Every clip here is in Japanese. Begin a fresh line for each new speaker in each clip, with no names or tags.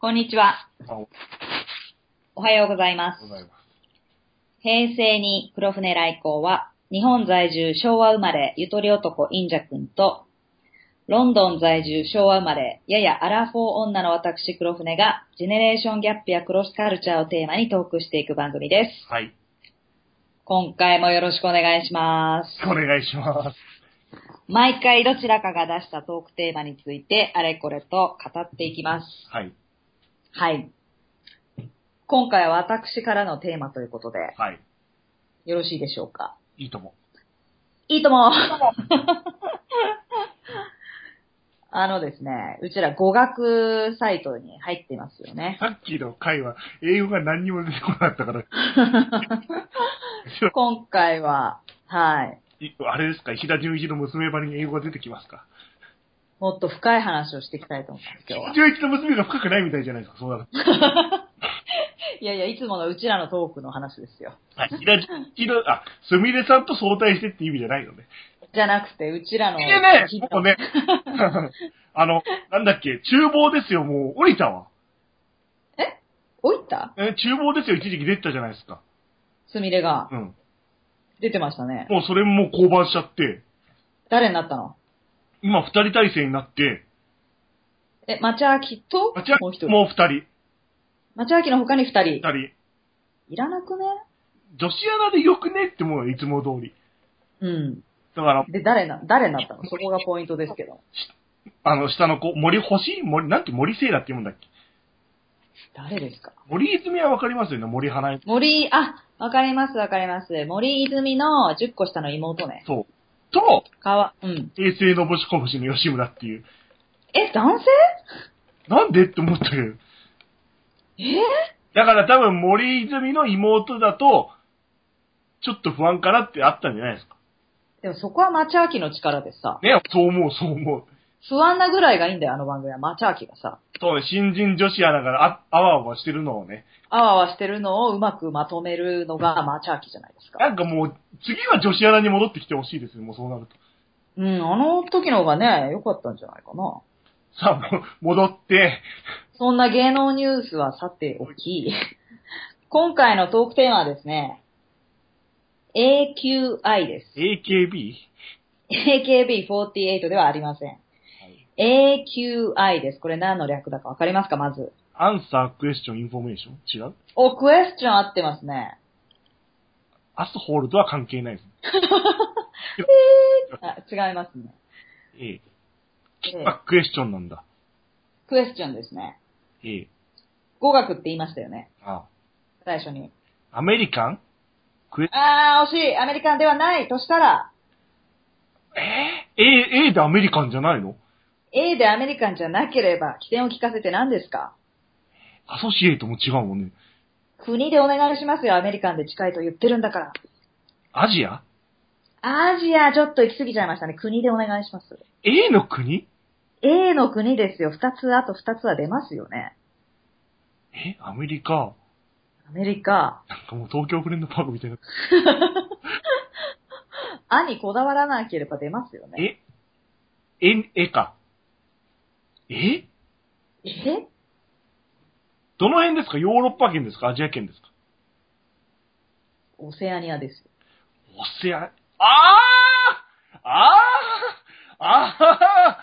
こんにちは。
おはよ
おはようございます
う。ございます。
平成に黒船来航は、日本在住昭和生まれゆとり男インジャ君と、ロンドン在住昭和生まれ、ややアラフォー女の私黒船が、ジェネレーションギャップやクロスカルチャーをテーマにトークしていく番組です。
はい。
今回もよろしくお願いします。
お願いします。
毎回どちらかが出したトークテーマについて、あれこれと語っていきます。
はい。
はい。今回は私からのテーマということで、
はい。
よろしいでしょうか
いいとも。
いいとも あのですね、うちら語学サイトに入ってますよね。
さっきの回は、英語が何にも出てこなかったから、
今回は、はい。
いあれですか、石田純一の娘ばりに英語が出てきますか。
もっと深い話をしていきたいと思います、今日は。
純一の娘が深くないみたいじゃないですか、そうなると
いやいや、いつものうちらのトークの話ですよ。
はい。石田純一の、あ、すみれさんと相対してって意味じゃないのね。
じゃなくて、うちらの。
いやね、もうね、あの、なんだっけ、厨房ですよ、もう降りたわ。
おいった
え、厨房ですよ、一時期出てたじゃないですか。
すみれが
うん。
出てましたね。
もうそれも降板しちゃって、
誰になったの
今二人体制になって、
え、町秋と
あちら
もう一人。
もう二人。
町秋の他に二人
二。人。
いらなくね
女子アナでよくねってもういつも通り。
うん。
だから、
で、誰な、誰になったのそこがポイントですけど。
あの、下の子、森星森、なんて森聖だって言うんだっけ
誰ですか
森泉はわかりますよね、森花江。
森、あ、わかりますわかります。森泉の10個下の妹ね。
そう。と、
かわ、うん。
平成のぼしこぼしの吉村っていう。
え、男性
なんでって思ったけど。
え
だから多分森泉の妹だと、ちょっと不安かなってあったんじゃないですか。
でもそこは町秋の力でさ、
ね、そう思う、そう思う。
不安なぐらいがいいんだよ、あの番組は。町秋がさ、
そうね、新人女子アナがああわあわしてるのをね、
あわあわしてるのをうまくまとめるのが町秋じゃないですか。
なんかもう、次は女子アナに戻ってきてほしいですよ、もうそうなると。
うん、あの時の方がね、良かったんじゃないかな。
さあ、もう戻って、
そんな芸能ニュースはさておき、今回のトークテーマはですね、AQI です。
AKB?
AKB48 ではありません。AQI です。これ何の略だかわかりますかまず。
アンサークエスチョンインフォメーション違う
お、クエスチョン合ってますね。
アスホールとは関係ないです。
あ、違いますね。
え
え
え。
え
あ、クエスチョンなんだ。
クエスチョンですね。
ええ。
語学って言いましたよね。
あ
最初に。
あアメリカンクエ
あー、惜しいアメリカンではないとしたら、
ええ A、でアメリカンじゃないの
A でアメリカンじゃなければ、起点を聞かせて何ですか
アソシエイトも違うもんね。
国でお願いしますよ、アメリカンで近いと言ってるんだから。
アジア
アジア、ちょっと行き過ぎちゃいましたね。国でお願いします。
?A の国
A の国ですよ。二つ、あと二つは出ますよね。
えアメリ
ア
カ
メリカ、
なんかもう東京フレンドパークみたいな。
あにこだわらなければ出ますよね。
ええ、えか。え
え
どの辺ですかヨーロッパ圏ですかアジア圏ですか
オセアニアですよ。
オセア、あーあーあ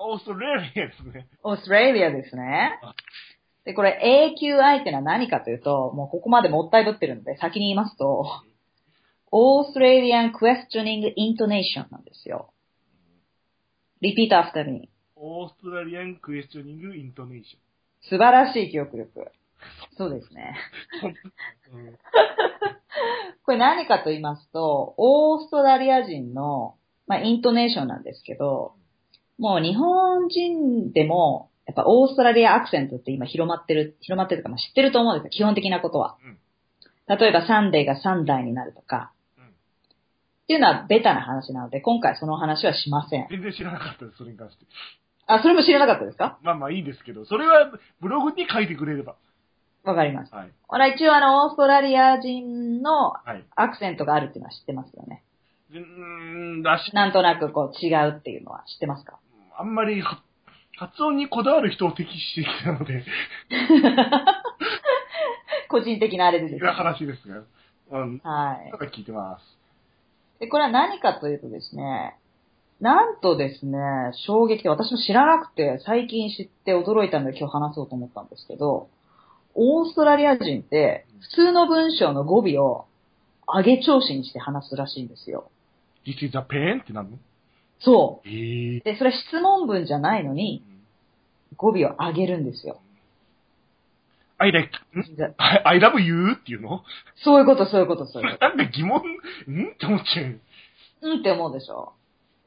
ーオーストラリアですね。
オーストラリアですね
あ。
で、これ AQI ってのは何かというと、もうここまでもったいぶってるので、先に言いますと、オーストラリアン・クエスチョニング・イントネーションなんですよ。repeat after me.
オーストラリアンクエスチョニングイントネーシ
素晴らしい記憶力。そうですね。
ョン。うん
これ何かと言いますと、オーストラリア人の、まあ、イントネーションなんですけど、もう日本人でも、やっぱオーストラリアアクセントって今広まってる、広まってるというか、まあ、知ってると思うんですよ、基本的なことは。
うん
例えばサンデーがサンダーになるとか、
うん
っていうのはベタな話なので、今回その話はしません。
全然知らなかったです、それに関して。
あ、それも知らなかったですか
まあまあいいですけど、それはブログに書いてくれれば。
わかります。
はい。
ほら、一応あの、オーストラリア人の
はい。
アクセントがあるっていうのは知ってますよね。
うーん、だし、
なんとなくこう違うっていうのは知ってますか
あんまりは、発音にこだわる人を敵視してきたの で、
個人的なあれでですね
な話ですが、うん、
は
なんか聞いてます。
い。で、これは何かというとですね、なんとですね、衝撃で、私も知らなくて、最近知って驚いたので今日話そうと思ったんですけど、オーストラリア人って、普通の文章の語尾を上げ調子にして話すらしいんですよ。
This is a pen ってなるの
そ
えー
う。で、それ質問文じゃないのに、語尾を上げるんですよ。
I like, ん I I love you っていうの
そういうこと、そういうこと、そういうこと。
なんか疑問、んって思っちゃう。
うんって思うでしょ。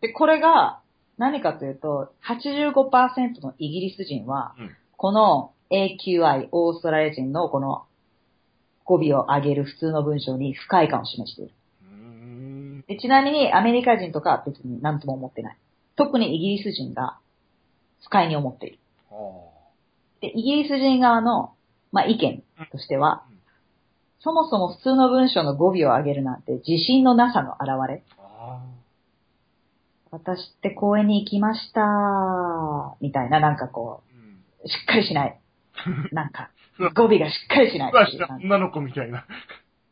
で、これが何かというと、85%のイギリス人は、
うん
この AQI、オーストラリア人のこの語尾を上げる普通の文章に不快感を示している。
うーん。
でちなみにアメリカ人とかは別に何とも思ってない。特にイギリス人が不快に思っている。
あー
で、イギリス人側の、まあ、意見としては
うん、
そもそも普通の文章の語尾を上げるなんて自信のなさの表れ。
あ
私って公園に行きましたみたいな、なんかこ
ー。うん。
う、しっかりし ない。なんか、語尾がしっかりしない
ふわ
っ
し
てい
た
う感じ。
女の子みたいな。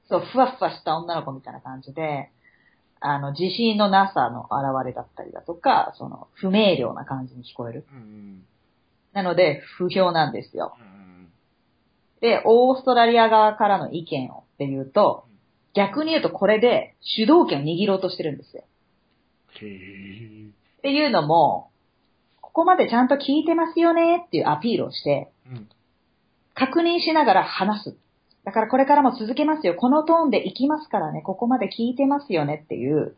そう、ふわふわした女の子みたいな感じで、あの、自信のなさの現れだったりだとか、その、不明瞭な感じに聞こえる。
うん。
なので、不評なんですよ。
うん
で、オーストラリア側からの意見をっていうと、逆に言うとこれで主導権を握ろうとしてるんですよ。
へえ。
っていうのも、ここまでちゃんと聞いてますよねっていうアピールをして、
うん。
確認しながら話す。だからこれからも続けますよ。このトーンで行きますからね。ここまで聞いてますよねっていう、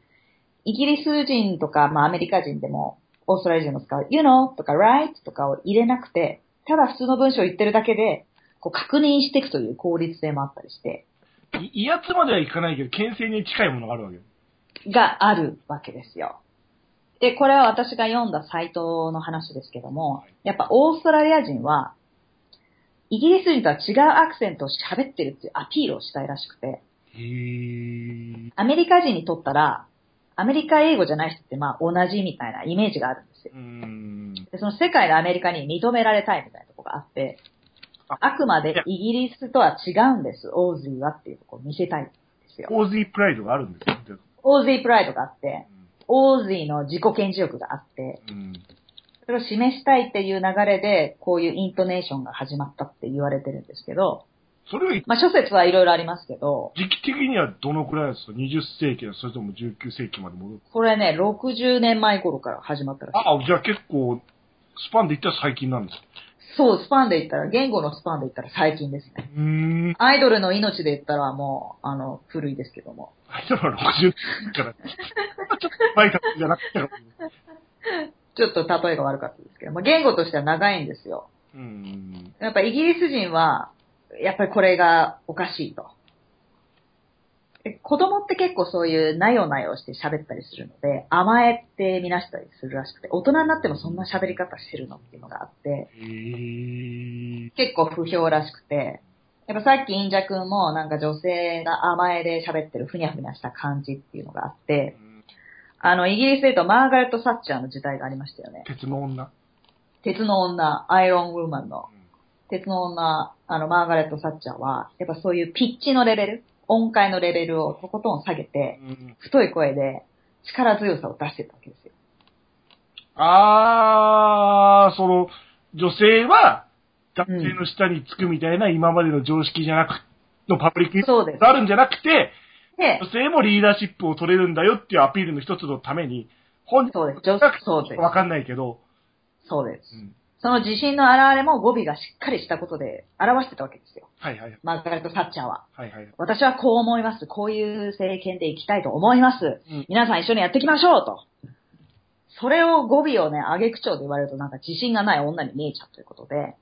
イギリス人とか、まあアメリカ人でも、オーストラリア人も使う、you know とか right とかを入れなくて、ただ普通の文章を言ってるだけで、こう確認していくという効率性もあったりして、
い威圧まではいかないけど、牽制に近いものがあるわけ。
があるわけですよ。で、これは私が読んだサイトの話ですけども、やっぱオーストラリア人は、イギリス人とは違うアクセントを喋ってるっていうアピールをしたいらしくて、
へえ。
アメリカ人にとったら、アメリカ英語じゃない人ってまあ同じみたいなイメージがあるんですよ。
うん。
で、その世界のアメリカに認められたいみたいなとこがあって、あくまでイギリスとは違うんです、オーズイはっていうとこを見せたいんですよ。
オーズープライドがあるんですよ。で
オーズイプライドがあって、オーズイの自己顕示欲があって、
うん。
それを示したいっていう流れで、こういうイントネーションが始まったって言われてるんですけど、
それは
まあ諸説はいろいろありますけど、
時期的にはどのくらいですか ?20 世紀だ、それとも19世紀まで戻る。
これね、60年前頃から始まったらしい。
ああ、じゃあ結構、スパンで言ったら最近なんですよ。
そう、スパンで言ったら、言語のスパンで言ったら最近ですね。
うーん。
アイドルの命で言ったらもう、あの、古いですけども。
あいつらは60年から。ちょっと前からじゃなくて。
ちょっと例えが悪かったですけども、言語としては長いんですよ。
うん。
やっぱイギリス人は、やっぱりこれがおかしいと。で子供って結構そういうなよなよして喋ったりするので、甘えってみなしたりするらしくて、大人になってもそんな喋り方してるのっていうのがあって、
へえ。
結構不評らしくて、やっぱさっきインジャ君もなんか女性が甘えで喋ってるふにゃふにゃした感じっていうのがあって、あの、イギリスで言うとマーガレット・サッチャーの時代がありましたよね。
鉄の女。
鉄の女、アイロン・ウーマンの、鉄の女、あの、マーガレット・サッチャーは、やっぱそういうピッチのレベル、音階のレベルをとことん下げて、
うん。
太い声で力強さを出してたわけですよ。
あー、その、女性は、男性の下につくみたいな、今までの常識じゃなく、のパブリック
そうです
があるんじゃなくて、
で、
女性もリーダーシップを取れるんだよっていうアピールの一つのために、本人
そうです。女
が
そうです。
わかんないけど、
そうです
う。ん
その自信の表れも語尾がしっかりしたことで表してたわけですよ。
はいはい。
マーガレット・サッチャーは。
はいはい。
私はこう思います。こういう政権でいきたいと思います。
うん
皆さん一緒にやっていきましょうと。それを語尾をね、上げ口調で言われるとなんか自信がない女に見えちゃうということで、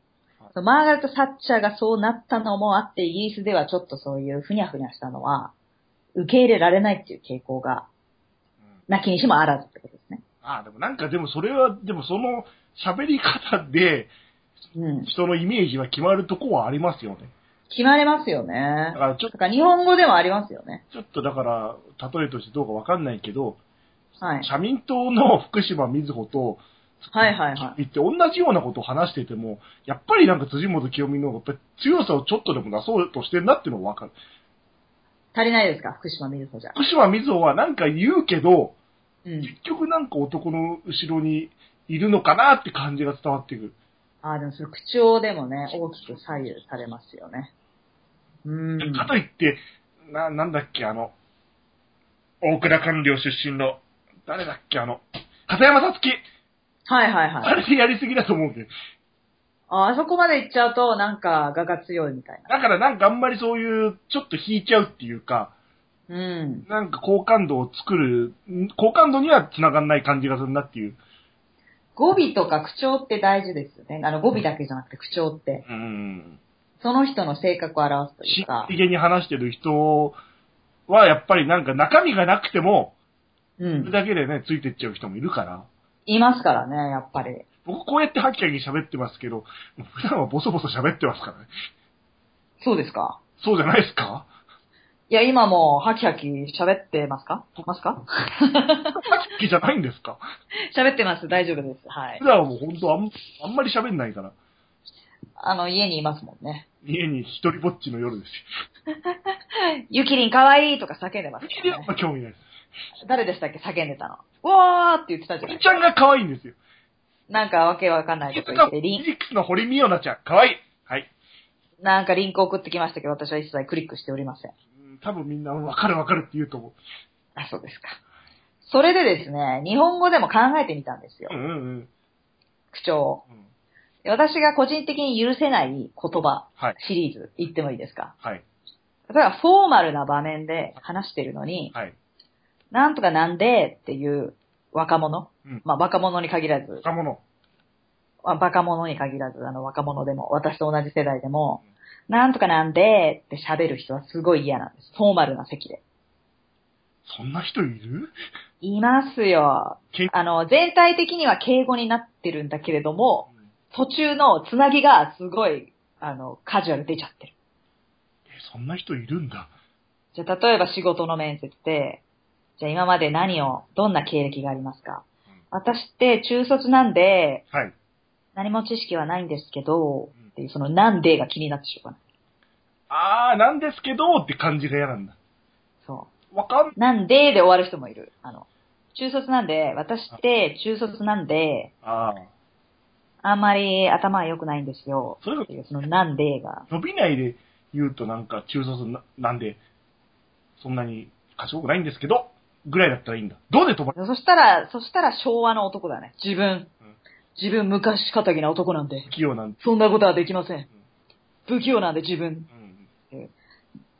そのマーガレット・サッチャーがそうなったのもあって、イギリスではちょっとそういうふにゃふにゃしたのは、受け入れられないっていう傾向が、なきにしもあらずってことですね。
ああ、でもなんかでもそれは、でもその喋り方で
うん。
人のイメージは決まるとこはありますよね。
決まりますよね
だか。らちょ
だから日本語でもありますよね。
ちょっとだから、例えとしてどうかわかんないけど、
はい。
社民党の福島みずほと
はいはいはい。
言って、同じようなことを話していても、やっぱりなんか辻元清美の方がやっぱり強さをちょっとでも出そうとしてるなっていうのがわかる。
足りないですか福島みずほじゃ。
福島みずほはなんか言うけど、
うん。
結局なんか男の後ろにいるのかなって感じが伝わってくる。
ああ、でもそれ口調でもね、大きく左右されますよね。うーん。
かといって、な、なんだっけ、あの、大倉官僚出身の、誰だっけ、あの、片山さつき
はいはい
あ
はい。
れでやりすぎだと思うけど。
ああそこまで行っちゃうと、なんか、画が強いみたい
だからなんかあんまりそういう、ちょっと引いちゃうっていうか、
な。うん。
なんか好感度を作る、ん好感度には繋がんない感じがするなっていう。
語尾とか口調って大事ですよね。あの、語尾だけじゃなくて口調って。
うん。
その人の性格を表すとい
し
うか
っ。げに話してる人は、やっぱりなんか中身がなくても、
う
それ
ん。
だけでね、ついてっちゃう人もいるから。
いますからね、やっぱり。
僕こうやってハキハキ喋ってますけど、普段はボソボソ喋ってますからね。
そうですか
そうじゃないですか
いや、今も、ハキハキ喋ってますかますか
好きじゃないんですか
喋ってます。大丈夫です。はい
普。段はもう本当あん、あんまり喋んないから。
あの、家にいますもんね。
家に一人ぼっちの夜です
ゆきりんかわいいとか叫んでます
よ。
からね、
好きではあんま興味ないで
誰でしたっけ叫んでたの。うわーって言ってたじ
す。
ゃな
堀
い
ちゃんが可愛いんですよ。
なんかわけわかんない
気
と
づ
か言っ
かフ
て、
ィ
リン、
リックスの堀美央奈ちゃん、可愛い。はい。
なんかリンク送ってきましたけど、私は一切クリックしておりません。
うん多分みんなわかるわかるって言うと思う。
あ、そうですか。それでですね、日本語でも考えてみたんですよ
う。んうんうん。
口調を
うん
私が個人的に許せない言葉
はい。
シリーズ言ってもいいですか
はい。
例えばフォーマルな場面で話してるのに、
はい。
なんとかなんでっていう若者、
うん
まあ若者に限らず、
若者。
まあバカ者に限らず、あの若者でも、私と同じ世代でも、なんとかなんでって喋る人はすごい嫌なんです。フォーマルな席で。
そんな人いる
いますよ
け。
あの、全体的には敬語になってるんだけれども、途中のつなぎがすごい、あの、カジュアル出ちゃってる。
えそんな人いるんだ。
じゃあ、例えば仕事の面接で、じゃあ今まで何を、どんな経歴がありますか
うん
私って中卒なんで、
はい。
何も知識はないんですけど
うん、
っていう、そのなんでが気になってしょうがない。
あー、なんですけどって感じが嫌なんだ。
そ
わかん、
う。なんでで終わる人もいる。あの、中卒なんで、私って中卒なんで、
あ
あんまり頭良くないんですよ
ー。。そういうの
っていう、そのなんでが。
伸びないで言うとなんか中卒ななんで、そんなに賢くないんですけど、ぐらいだったらいいんだ。どうで止まる
そしたら、そしたら昭和の男だね。自分
うん。
自分昔仇な男なんで、
器用なんて。
そんなことはできません。不器用なんで自分。
うん。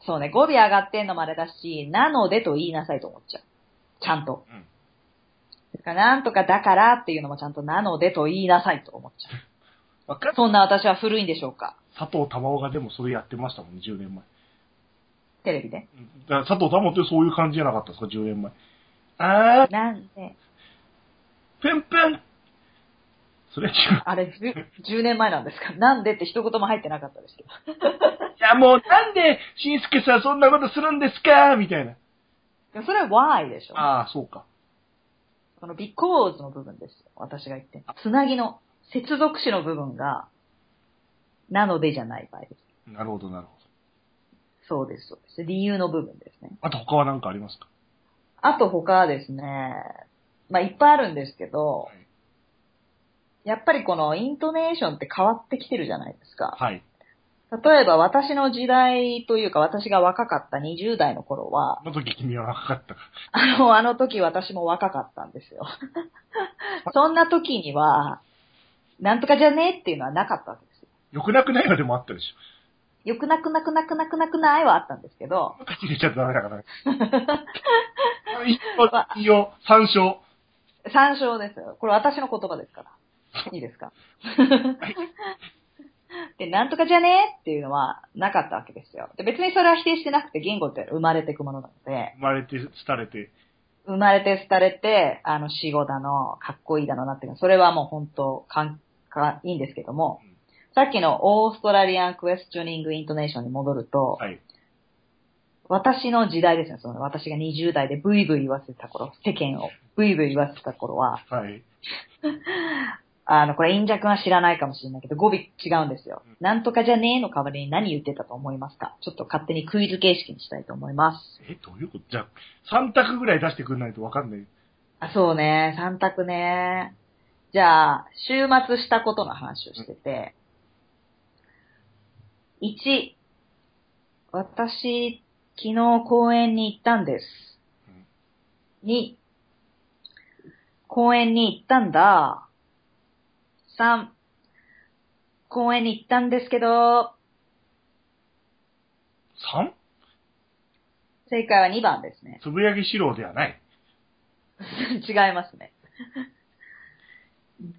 そうね、語尾上がってんのもあれだし、なのでと言いなさいと思っちゃう。ちゃんと。
うん
だからなんとかだからっていうのもちゃんとなのでと言いなさいと思っちゃ
わか
う。
る
そんな私は古いんでしょうか
佐藤珠緒がでもそれやってましたもんね、10年前。
テレビで。
うんだから佐藤珠緒ってそういう感じじゃなかったですか、10年前。あー、
なんで、
ぷんぷんそれは違う。
あれ10、10年前なんですか なんでって一言も入ってなかったですけど。
いやもうなんで、しんすけさんそんなことするんですかみたいな。
でもそれは why でしょ
あー、そうか。
その because の部分ですよ。私が言ってんの。つなぎの接続詞の部分が、なのでじゃない場合です。
なるほど、なるほど。
そうです、そうです。理由の部分ですね。
あと他は何かありますか
あと他はですね、まあいっぱいあるんですけど
は、
やっぱりこのイントネーションって変わってきてるじゃないですか。
はい。
例えば私の時代というか私が若かった20代の頃は、
あの時君は若かったか
あの、あの時私も若かったんですよ。そんな時には、なんとかじゃねえっていうのはなかったわけですよ。
ら。よくなくないのでもあったでしょ。
よくなくなくなくなくなくないはあったんですけど、
勝ち入れちゃダメだから。一応、一応、三勝。
参照ですよ。これ私の言葉ですから。いいですかで、なんとかじゃねっていうのはなかったわけですよ。で別にそれは否定してなくて言語って生まれていくものなので、
生まれて、廃れて。
生まれて廃れて、あの死語だの、かっこいいだのなっていうのはそれはもう本当かんかいいんですけども
うん、
さっきのオーストラリアンクエスチョニングイントネーションに戻ると、
はい。
私の時代ですね、その私が20代でブイブイ言わせた頃、世間をブイブイ言わせた頃は、
はい。
あの、これ、インジャ君は知らないかもしれないけど、語尾違うんですよ。なんとかじゃねえの代わりに何言ってたと思いますかちょっと勝手にクイズ形式にしたいと思います。
え、どういうことじゃあ、3択ぐらい出してくんないとわかんない。
あ、そうね、三択ね。じゃあ、週末したことの話をしてて、1、私、昨日公園に行ったんです。2、公園に行ったんだ。3、公園に行ったんですけど、
3?
正解は2番ですね。
つぶやきしろではない。
違いますね。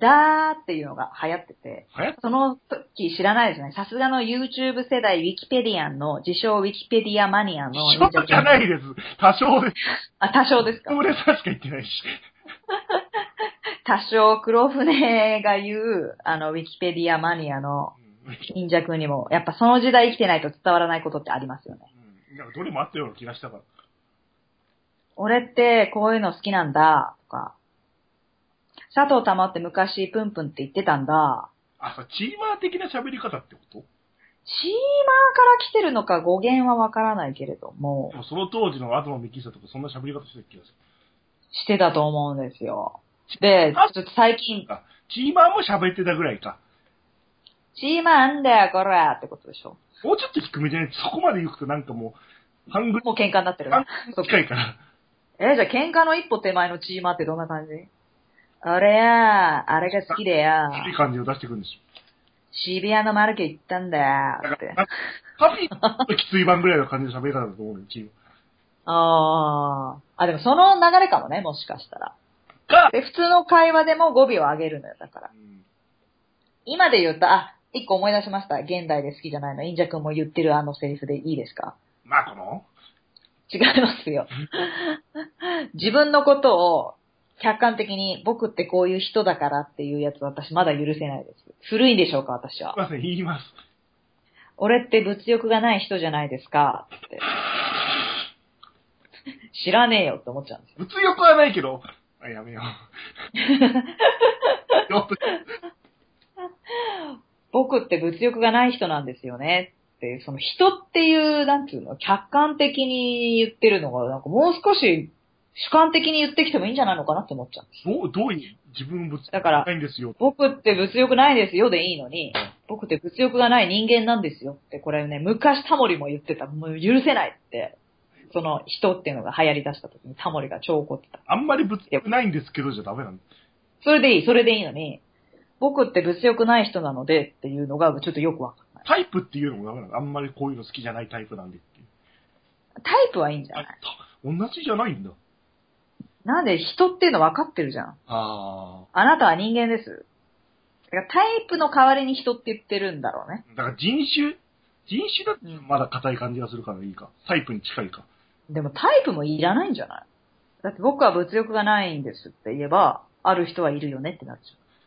だーっていうのが流行ってて、
はや
その時知らないですね。さすがの YouTube 世代 Wikipedian の、自称 Wikipedia マニアの
ちょっとじゃないです。多少です。
あ、多少ですか
俺さしか言ってないし。
多少黒船が言う、あの、Wikipedia マニアの
うん
忍者君にも、やっぱその時代生きてないと伝わらないことってありますよね。
うんなんかどれもあったような気がしたから。
俺ってこういうの好きなんだ、とか。佐藤玉って昔プンプンって言ってたんだ。
あ、そうチーマー的な喋り方ってこ
チ
と
ーマーから来てるのか語源はわからないけれども
で、もその当時の東幹久とかそんな喋り方してた気がする。
してたと思うんですよ。で、ちょっと最近、
あ、チーマーも喋ってたぐらいか。
チーマーなんだよ、こらってことでしょ。
もうちょっと低めじゃないそこまで行くとなんかもう、半分
もう喧嘩になってるな。そっか
近いから。
え、じゃあ喧嘩の一歩手前のチーマーってどんな感じあれや、あれが好きでや、
いい感じを出してくるんでしょ。
渋谷のマルケ行ったんだよ
だ
って。
から、カフィのきつい版ぐらいの感じの喋り方だと思うよ、 チーム。
あー。あ、でもその流れかもね、もしかしたら。
が、
で、普通の会話でも語尾を上げるのよ、だから。
うん
今で言うと、あ、一個思い出しました。現代で好きじゃないの。インジャ君も言ってるあのセリフでいいですか
まあこの
違いますよ。自分のことを客観的に僕ってこういう人だからっていうやつ私まだ許せないです。古いんでしょうか私
すい
は。
ません、言います。
俺って物欲がない人じゃないですかって。知らねえよって思っちゃうんですよ。
物欲はないけど、あやめよ う。よっと
僕って物欲がない人なんですよねって、その人っていう、なんていうの、客観的に言ってるのが、なんかもう少し主観的に言ってきてもいいんじゃないのかなって思っちゃうんです。
どう、どういう、自分物
だから
ないんですよ。
僕って物欲ないですよでいいのに、僕って物欲がない人間なんですよって、これね、昔タモリも言ってた、もう許せないって、その人っていうのが流行り出した時にタモリが超怒ってた。
あんまり物欲ないんですけどじゃダメなんだ。
それでいい、それでいいのに、僕って物欲ない人なのでっていうのがちょっとよくわかんない。
タイプっていうのもダメなんだ。あんまりこういうの好きじゃないタイプなんでっていう。
タイプはいいんじゃ
あ
ない
同じじゃないんだ。
なんで人っていうの分かってるじゃん。
あ
あなたは人間です。だからタイプの代わりに人って言ってるんだろうね。
あ。だから人種、人種だって
うん
まだ硬い感じがするからいいか。タイプに近いか。
でもタイプもいらないんじゃないだって僕は物欲がないんですって言えば、ある人はいるよねってなっち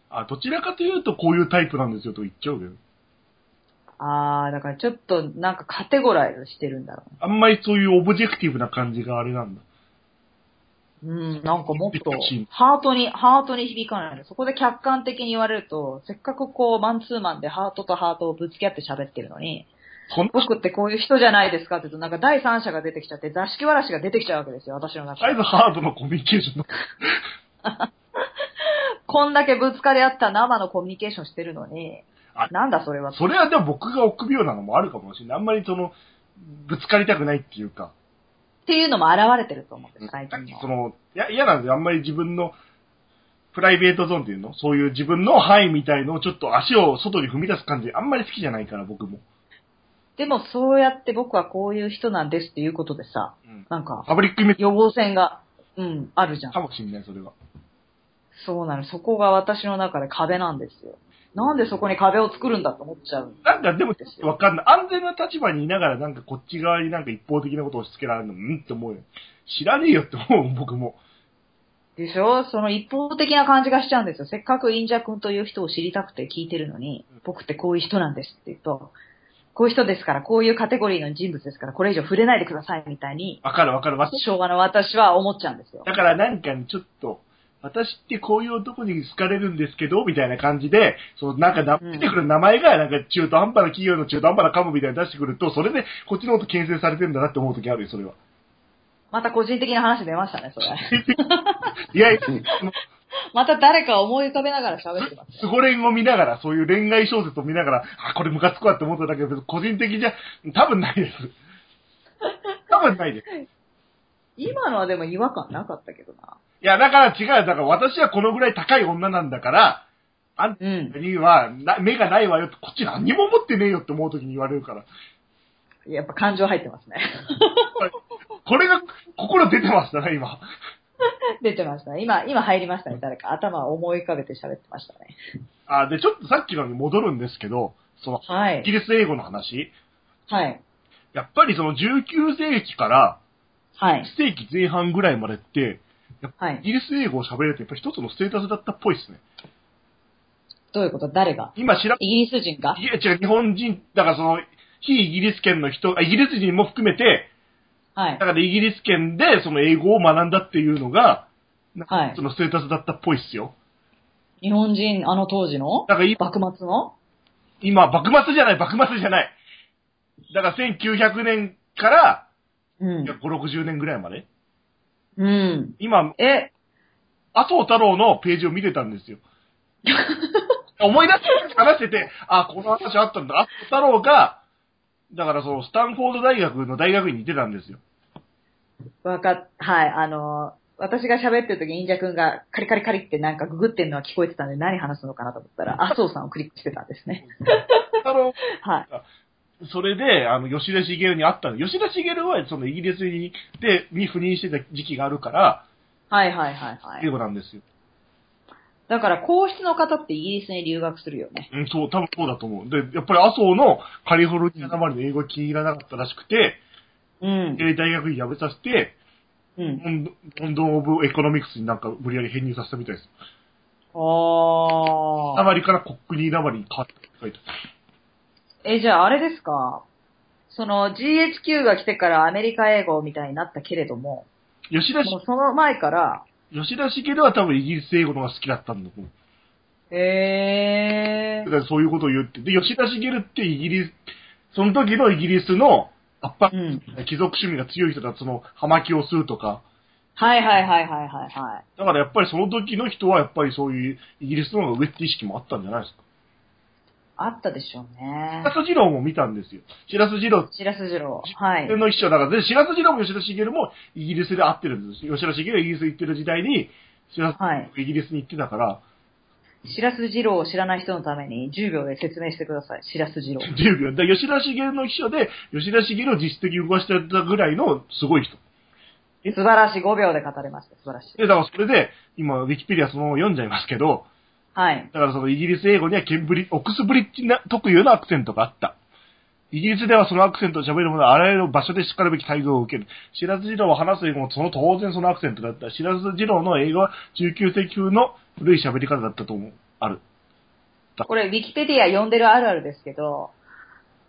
ゃう。
あ、どちらかというとこういうタイプなんですよと言っちゃうけど。
あー、だからちょっとなんかカテゴライズしてるんだろ
あんまりそういうオブジェクティブな感じがあれなんだ。
うね。うん、なんかもっと
難しい、
ハートに、ハートに響かないの。そこで客観的に言われると、せっかくこう、マンツーマンでハートとハートをぶつけ合って喋ってるのに、
そんな
僕ってこういう人じゃないですかって言うと、なんか第三者が出てきちゃって、座敷わらしが出てきちゃうわけですよ、私の中
サ
で。
イズハードのコミュニケーションの。
こんだけぶつかり合った生のコミュニケーションしてるのに
あ、
なんだそれは。
それはでも僕が臆病なのもあるかもしれない。あんまりその、ぶつかりたくないっていうか。
っていうのも現れてると思うんです、最
さっ
近
き
の。
その、いや、嫌なんですよ。あんまり自分の、プライベートゾーンっていうのそういう自分の範囲みたいのをちょっと足を外に踏み出す感じ、あんまり好きじゃないから、僕も。
でもそうやって僕はこういう人なんですっていうことでさ、
うん。
なんか、
パブリックイメージ
予防線が、うん、あるじゃん
か。もしれない、それが。
そうなの。そこが私の中で壁なんですよ。なんでそこに壁を作るんだと思っちゃう。
なんか、でも、わかんない。安全な立場にいながら、なんかこっち側になんか一方的なことを押し付けられるの、うんって思うよ。知らねえよって思うもん、僕も。
でしょその一方的な感じがしちゃうんですよ。せっかくインジャ君という人を知りたくて聞いてるのに、僕ってこういう人なんですって言うと、こういう人ですから、こういうカテゴリーの人物ですから、これ以上触れないでくださいみたいに、
わかるわかる。わ
昭和の私は思っちゃうんですよ。
だからなんかにちょっと、私ってこういう男に好かれるんですけど、みたいな感じで、そのなんかな
うん
出てくる名前が、なんか中途半端な企業の中途半端なカムみたいに出してくると、それでこっちのこと牽制されてんだなって思う時あるよ、それは。
また個人的な話出ましたね、それ。
いや、
また誰か思い浮かべながら喋ってます。
スゴレンを見ながら、そういう恋愛小説を見ながら、あ、これムカつくわって思っただけで、別に個人的じゃ、多分ないです。多分ないです。
今のはでも違和感なかったけどな。
いや、だから違う。だから私はこのぐらい高い女なんだから、あん
うん
た。にはな目がないわよって、こっち何にも思ってねえよって思う時に言われるから。
やっぱ感情入ってます ね。
これが、心出てましたね、今。
出てましたね。今、今入りましたね、誰か。頭を思い浮かべて喋ってましたね。
あ、で、ちょっとさっきのに戻るんですけど、その、
は
イギ
い。
リス英語の話。
はい。
やっぱりその19世紀から
はい。
1世紀前半ぐらいまでって、
は
イ
い。
ギリス英語を喋れるってやっぱ一つのステータスだったっぽいですね。
どういうこと誰が
今調べ、
イギリス人が
いや違う、日本人、だからその、非イギリス圏の人、あイギリス人も含めて、
は
だ
い。
からイギリス圏でその英語を学んだっていうのが、
はい
そ。のステータスだったっぽいっすよ。
日本人、あの当時の
だから今、
幕末の
今、幕末じゃない、幕末じゃない。だから1900年から
うん。
5、60年ぐらいまで。
うん。
今、
え、
麻生太郎のページを見てたん ですよ。思い出して話してて、あ、この話あったんだ。麻生太郎が、だからそのスタンフォード大学の大学院に出たんですよ。
わかっ、はい、あの、私が喋ってる時、インジャ君がカリカリカリってなんかググってんのは聞こえてたんで何話すのかなと思ったら、麻生さんをクリックしてたんですね。
太郎
はい。
それで、あの、吉田茂に会ったの。吉田茂は、その、イギリスに、で、に赴任してた時期があるから、
はいはいはいはい。
英語なんですよ。
だから、皇室の方ってイギリスに留学するよね。
うん、そう、多分そうだと思う。で、やっぱり麻生のカリフォルニアなまりの英語気に入らなかったらしくて、
うん。
で大学院辞めさせて、
うん。
ロンドンロンドン・オブ・エコノミクスになんか無理やり編入させたみたいです。
あ
な
ー。
まりからコックニーなまりに変わったって書いてある
え、じゃああれですかその GHQ が来てからアメリカ英語みたいになったけれども、
吉田し
もうその前から、
吉田茂は多分イギリス英語の方が好きだったんだと思う。
へー。
だからそういうことを言って、で、吉田茂ってイギリス、その時のイギリスの圧迫、
うん
貴族趣味が強い人たちの葉巻をするとか、
はいはいはいはいはいはい。
だからやっぱりその時の人はやっぱりそういうイギリスの方が上って意識もあったんじゃないですか。
あったでしょうね
白。洲二郎も見たんですよ。白洲二郎
白洲次郎。はい。
の一緒だから、で、白洲二郎も吉田茂もイギリスで会ってるんですよ。吉田茂がイギリス行ってる時代に、白洲二郎
はい。
イギリスに行ってたから、
白洲次郎を知らない人のために10秒で説明してください。白洲次郎。
10秒。で、吉田茂の秘書で、吉田茂を実質的に動かしてたぐらいのすごい人。
素晴らしい。5秒で語れました。素晴らしい。
で、だからそれで、今、ウィキペディアそのまま読んじゃいますけど、
はい。
だからそのイギリス英語にはケンブリ、オックスブリッジな特有のアクセントがあった。イギリスではそのアクセントを喋る者はあらゆる場所でしかるべき待遇を受ける。白津二郎を話す英語もその当然そのアクセントだった。白津二郎の英語は19世紀風の古い喋り方だったと思う。ある。
これ、ウィキペディア読んでるあるあるですけど、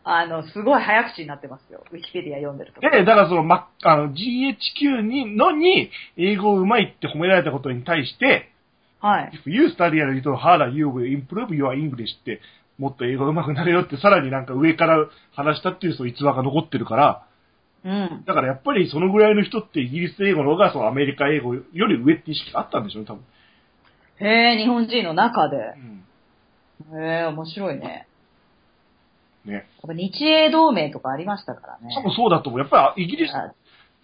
あの、すごい早口になってますよ。ウィキペディア読んでると。
で、だからその、ま、あの、GHQ に、のに、英語うまいって褒められたことに対して、
はい。
If you study a little harder, you will improve your English って、もっと英語上手くなれよって、さらになんか上から話したっていうその逸話が残ってるから、
うん。
だからやっぱりそのぐらいの人ってイギリス英語の方がそのアメリカ英語より上って意識があったんでしょうね、多分。
へえ、日本人の中で。
うん。
へえ、面白いね。
ね。
やっぱ日英同盟とかありましたからね。
多分そうだと思う。やっぱりイギリス、
あ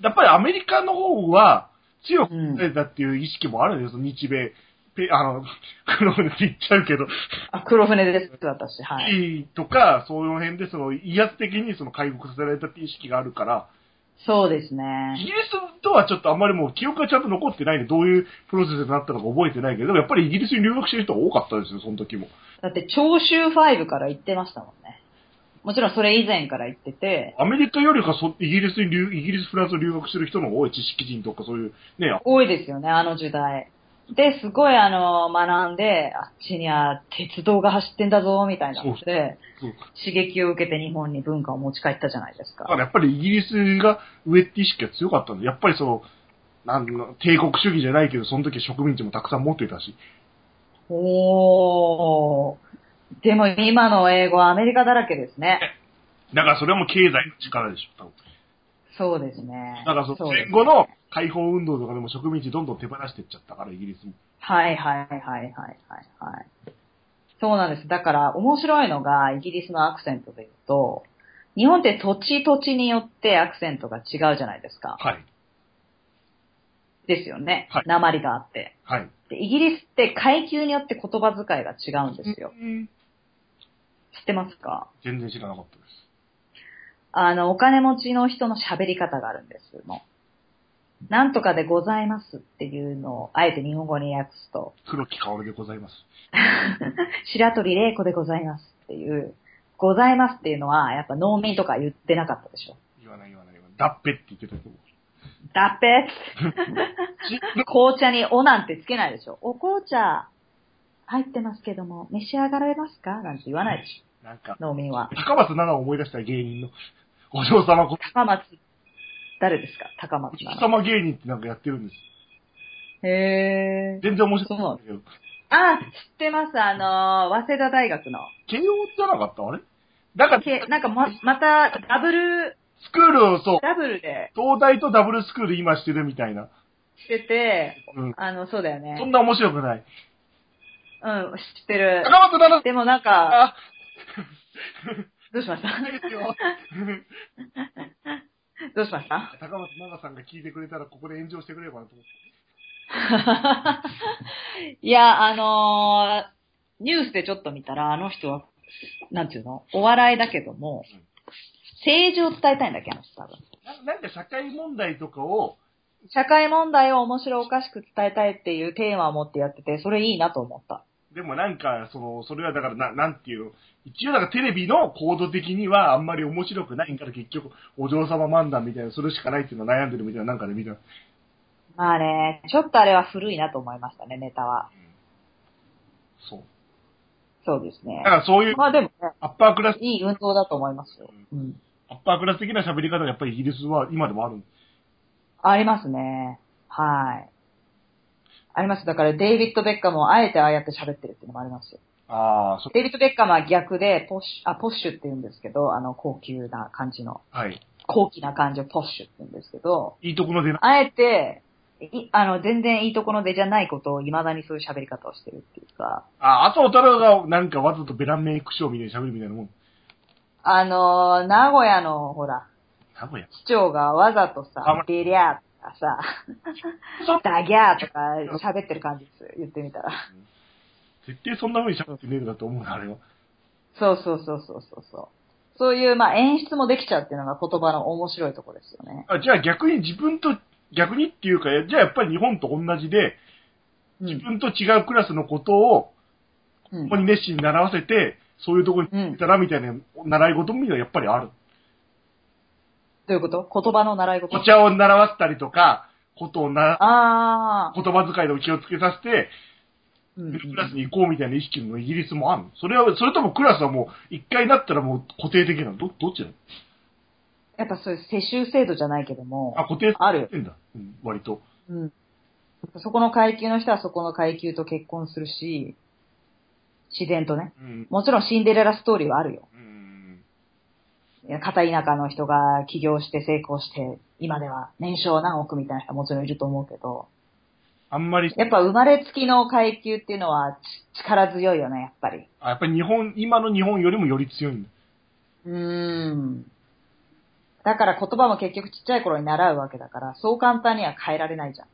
やっぱりアメリカの方は強くなれたっていう意識もあるんですよ、日米。ペあの、 黒船って言っちゃうけど、
あ、黒船です、私。はい。
い、とか、その辺でその威圧的にその開国させられたっていう意識があるから、
そうです
イギ
ね。
リスとはちょっとあんまりもう記憶がちゃんと残ってないんで、どういうプロセスになったのか覚えてないけど、でもやっぱりイギリスに留学してる人が多かったですよ、その時も。
だって、長州ファイブから行ってましたもんね。もちろんそれ以前から行ってて、
アメリカよりかそイギリスに留、イギリス、フランスに留学してる人の方が多い知識人とかそういう、ね、
多いですよね、あの時代。で、すごいあの、学んで、あっちには鉄道が走ってんだぞ、みたいなので、
そう
刺激を受けて日本に文化を持ち帰ったじゃないです
だか
か。
らやっぱりイギリスが上って意識が強かったんで、やっぱりその、なん帝国主義じゃないけど、その時植民地もたくさん持ってたし、
おー。でも今の英語はアメリカだらけですね。
だからそれはもう経済の力でしょ、多分。
そうですね。
だからその
うです
戦後の解放運動とかでも植民地どんどん手放していっちゃったから、イギリスも。
はいはいはいはいはいはい。そうなんです。だから面白いのがイギリスのアクセントで言うと、日本って土地土地によってアクセントが違うじゃないですか。
はい。
ですよね。
はい
鉛があって。
はい。
でイギリスって階級によって言葉遣いが違うんですよ。
うん
知ってますか
全然知らなかったです。
あの、お金持ちの人の喋り方があるんですの。なんとかでございますっていうのを、あえて日本語に訳すと、
黒木薫でございます。
白鳥玲子でございますっていう、ございますっていうのは、やっぱ農民とか言ってなかったでしょ。
言わない言わない言わない。だっぺって言ってた けど。
だっぺ
し
紅茶におなんてつけないでしょ。お紅茶入ってますけども、召し上がられますかなんて言わないでし
なんか
ょ、、農民は。
高松奈々を思い出した芸人の、お嬢様こ、
高松、誰ですか高松
お嬢
な
様芸人ってなんかやってるんです。
の。へー。
全然面白くないんだけど。
あ、知ってます。あのー、早稲田大学の。
慶応じゃなかったあれだから、
けなんかま、また、ダブル、
スクールをそう、
ダブルで
東大とダブルスクール今してるみたいな。
してて、
うん。
あの、そうだよ
そん
ね。
な面白くない。
うん、知ってる。
高松奈々
でもなんか、
あ、
どうしました
ですよ。
どうしました
高松奈々さんが聞いてくれたら、ここで炎上してくれればなと思って。
いや、あのーニュースでちょっと見たら、あの人は、なんていうのお笑いだけども
うん、
政治を伝えたいんだっけ、あの人多分。
ななんか社会問題とかを、
社会問題を面白おかしく伝えたいっていうテーマを持ってやってて、それいいなと思った。
でもなんか、その、それはだから、な、なんていうの、一応だからテレビのコード的にはあんまり面白くないから結局、お嬢様漫談みたいな、それしかないっていうのは悩んでるみたいな、なんかで見た。うん
まあね、ちょっとあれは古いなと思いましたね、ネタは。
そう。
そうですね
だか。らそういう
まあでもね、
アッパークラス、
いい運動だと思いますよ。うん。
アッパークラス的な喋り方がやっぱりイギリスは今でもあるんで
ありますね。はい。あります。だから、デイビッド・ベッカムをあえてああやって喋ってるっていうのもありますよ。
ああ、そ、
デイビッド・ベッカムは逆で、ポッシュ、あ、ポッシュって言うんですけど、あの、高級な感じの、
はい。
高貴な感じをポッシュって言うんですけど、
いいとこの出な、
あえて、いあの、全然いいところでじゃないことを未だにそういう喋り方をしてるっていうか、
ああ、麻生太郎がなんかわざとベランメイクショーみたいに喋るみたいなもん。
あの、名古屋の、ほら、
名古屋。
市長がわざと
あま
さ、デリャーとかさ、
そう。
ダギャーとか喋ってる感じですよ。言ってみたら。
絶対そんな風に喋ってねえだと思うな、あれは。
そうそうそうそうそうそう。そういう、まあ、演出もできちゃうっていうのが言葉の面白いとこですよね。
あじゃあ逆に自分と、逆にっていうか、じゃあやっぱり日本と同じで、
う
自
ん。
分と違うクラスのことを、
う
こ
ん
こに熱心に習わせて、そういうとこに行ったらみたいな、習い事みたいなのやっぱりある。
どういうこと言葉の習い事
お茶を習わせたりとか、ことをな、
ああ。
言葉遣いで気をつけさせて、
うんうん
クラスに行こうみたいな意識もイギリスもあるのそれは、それともクラスはもう、一回なったらもう固定的なのど、どっちなの
やっぱそういう世襲制度じゃないけども
あ、、固定
ある
ってんだ。うん、割と。
うん。そこの階級の人はそこの階級と結婚するし、自然とね。
うん。
もちろんシンデレラストーリーはあるよ。
うん。
いや片田舎の人が起業して成功して、今では年商何億みたいな人はもちろんいると思うけど、
あんまり、
やっぱ生まれつきの階級っていうのはち力強いよね、やっぱり。
あやっぱり日本、今の日本よりもより強いんだ。
うーん。だから言葉も結局ちっちゃい頃に習うわけだから、そう簡単には変えられないじゃん。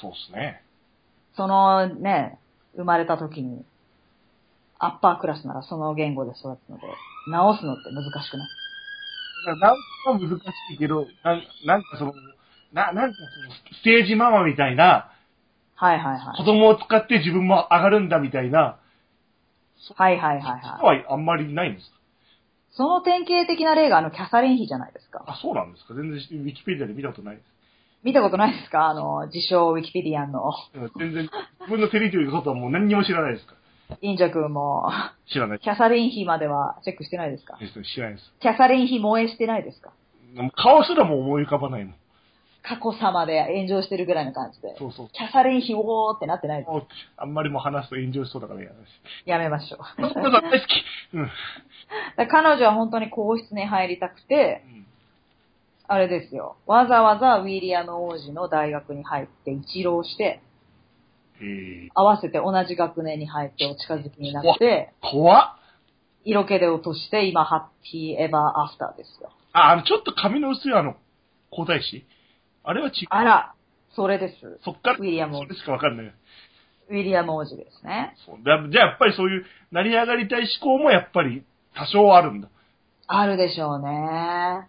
そうっすね。
そのね、生まれた時に、アッパークラスならその言語で育つので、直すのって難しくない
だからなんか難しいけど、なんなんかその、な、なんかその、ステージママみたいな、
はいはい
子
はい。
供を使って自分も上がるんだみたいな、
はいはいはい
人
はい。
はあんまりないんですか
その典型的な例があのキャサリン妃じゃないですか。
あ、そうなんですか全然ウィキペディアで見たことないです。
見たことないですかあの、自称ウィキペディアンの。
全然、自分のテレビということはもう何にも知らないですから。
インジャ君も、
知らないで
キャサリン妃まではチェックしてないですか
す。知らないです。
キャサリン妃萌えしてないですか
もう顔すらも思い浮かばないもん。
過去様で炎上してるぐらいの感じで。
そうそう。
キャサリン妃おーってなってないです。
もうあんまりもう話すと炎上しそうだからやだし。
やめましょう。
ちょっと大好き。うん。
だから彼女は本当に皇室に入りたくて、あれですよ。わざわざウィリアム王子の大学に入って一浪して、
えー、
合わせて同じ学年に入ってお近づきになって、
怖っ。
色気で落として今ハッピーエバーアフターですよ。
あ、あの、ちょっと髪の薄いあの、皇太子あれは違う。
あら、それです。
そっから、
ウィリアム
それしかわかんない。
ウィリアム王子ですね。
そうだじゃあやっぱりそういう、成り上がりたい思考もやっぱり多少あるんだ。
あるでしょうね。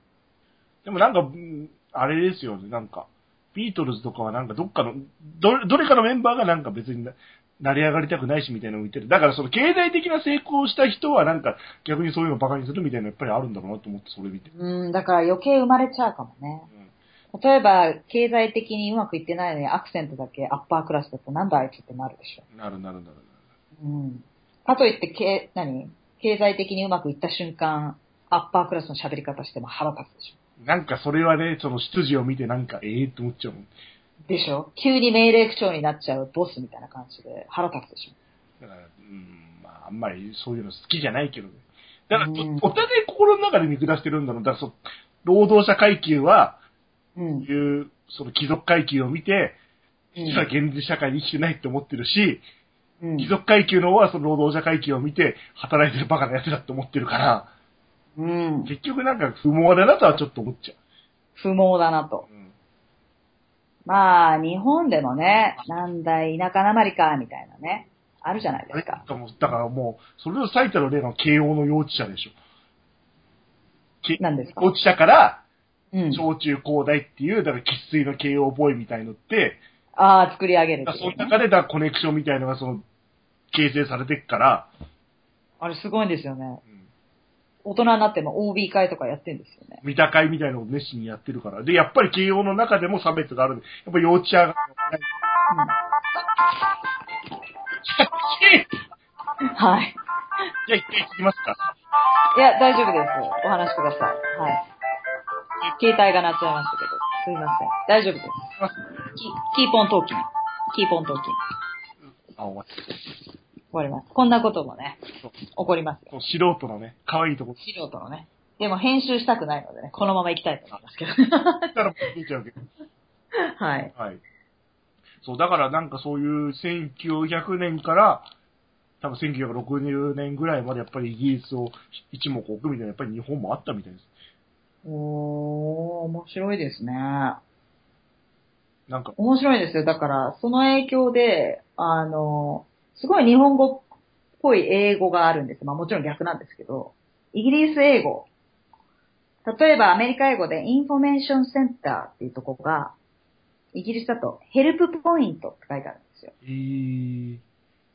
でもなんか、うんあれですよね、なんか、ビートルズとかはなんかどっかの、ど、どれかのメンバーがなんか別にな、成り上がりたくないしみたいなのを言ってる。だからその経済的な成功をした人はなんか逆にそういうのをバカにするみたいなのやっぱりあるんだろうなと思ってそれ見て。
うん、だから余計生まれちゃうかもね。例えば、経済的にうまくいってないのにアクセントだけアッパークラスだとなんだあいつってなるでしょ。
うんなるなるなる
うん。かといって、け何経済的にうまくいった瞬間、アッパークラスの喋り方しても腹立つでし
なる。なんかそれはね、その執事を見てなんかええって思っちゃうもん。
ょ。でしょ急に命令口調になっちゃうボスみたいな感じで腹立つでし
だから、うん、まああんまりそういうの好きじゃないけどね。だから、
うん
お互い心の中で見下してるんだろう。だからそ、労働者階級は、
ょ。うん。
いう、その貴族階級を見て、
う
実は
ん
現実社会に生きてないって思ってるし、
うん
貴族階級の方はその労働者階級を見て、働いてるバカな奴だって思ってるから、
うん。
結局なんか不毛だなとはちょっと思っちゃ
不毛だな
う
と。。
うん
まあ、日本でもね、なんだい、田舎なまりか、みたいなね。あるじゃない
あ
で
れ
すか。
かもだからもう、それを最たる例の慶応の幼稚者でしょ。け
何ですか
幼稚者から、
うん。
小中高大っていう、だから喫水の慶応ボーイみたいのって、
ああ、作り上げるって
そ
いうね、
の中でだからコネクションみたいのがその、形成されてっから、
あれすごいんですよね。
うん
大人になっても OB 会とかやってんですよね。
見た会みたいなのを熱心にやってるから。で、やっぱり慶応の中でも差別があるんで、やっぱ幼稚屋
う
が、
ん、はい。
じゃあ一回聞きますか。
いや、大丈夫です。お話しください。はい。携帯が鳴っちゃいましたけど。すいません。大丈夫です。キキーポントーキン。キーポントーキン。
あ、お待ち。
終わります。こんなこともね、起こりますよ。
そう素人のね、可愛いとこ。
素人のね。でも編集したくないのでね、このまま行きたいと思いますけど。
だからもう見ちゃうけど。
はい。
はい。そう、だからなんかそういう1900年から、多分1960年ぐらいまでやっぱりイギリスを一目置くみたいな、やっぱり日本もあったみたいです。
おー、面白いですね。
なんか、
面白いですよ。だから、その影響で、あの、すごい日本語っぽい英語があるんです。まあもちろん逆なんですけど、イギリス英語。例えばアメリカ英語でインフォメーションセンターっていうとこが、イギリスだとヘルプポイントって書いてあるんですよ。
えー、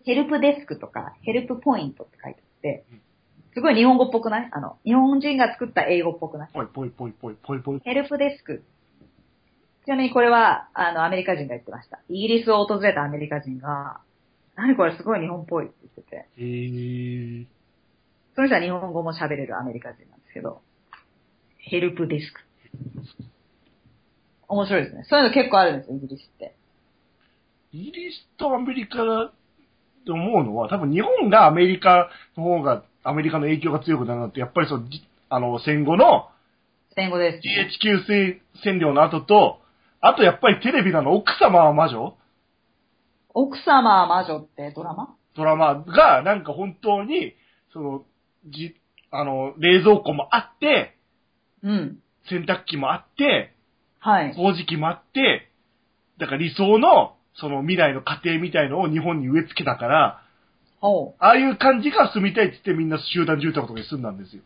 ヘルプデスクとかヘルプポイントって書いてあって、すごい日本語っぽくないあの、日本人が作った英語っぽくない
ぽいぽいぽいぽいぽいぽい。
ヘルプデスク。ちなみにこれは、あの、アメリカ人が言ってました。イギリスを訪れたアメリカ人が、何これすごい日本っぽいって言ってて。
えー、
その人は日本語も喋れるアメリカ人なんですけど、ヘルプデスク。面白いですね。そういうの結構あるんですよ、イギリスって。
イギリスとアメリカと思うのは、多分日本がアメリカの方が、アメリカの影響が強くなるのって、やっぱりその、じあの、戦後の
戦後です、ね。
GHQ せ占領の後と、あとやっぱりテレビなの奥様は魔女
奥様は魔女ってドラマ
ドラマが、なんか本当に、その、じ、あの、冷蔵庫もあって、
うん。
洗濯機もあって、
はい。
掃除機もあって、だから理想の、その未来の家庭みたいのを日本に植え付けたから、
ほう。
ああいう感じが住みたいって言ってみんな集団住宅とかに住んだんですよ。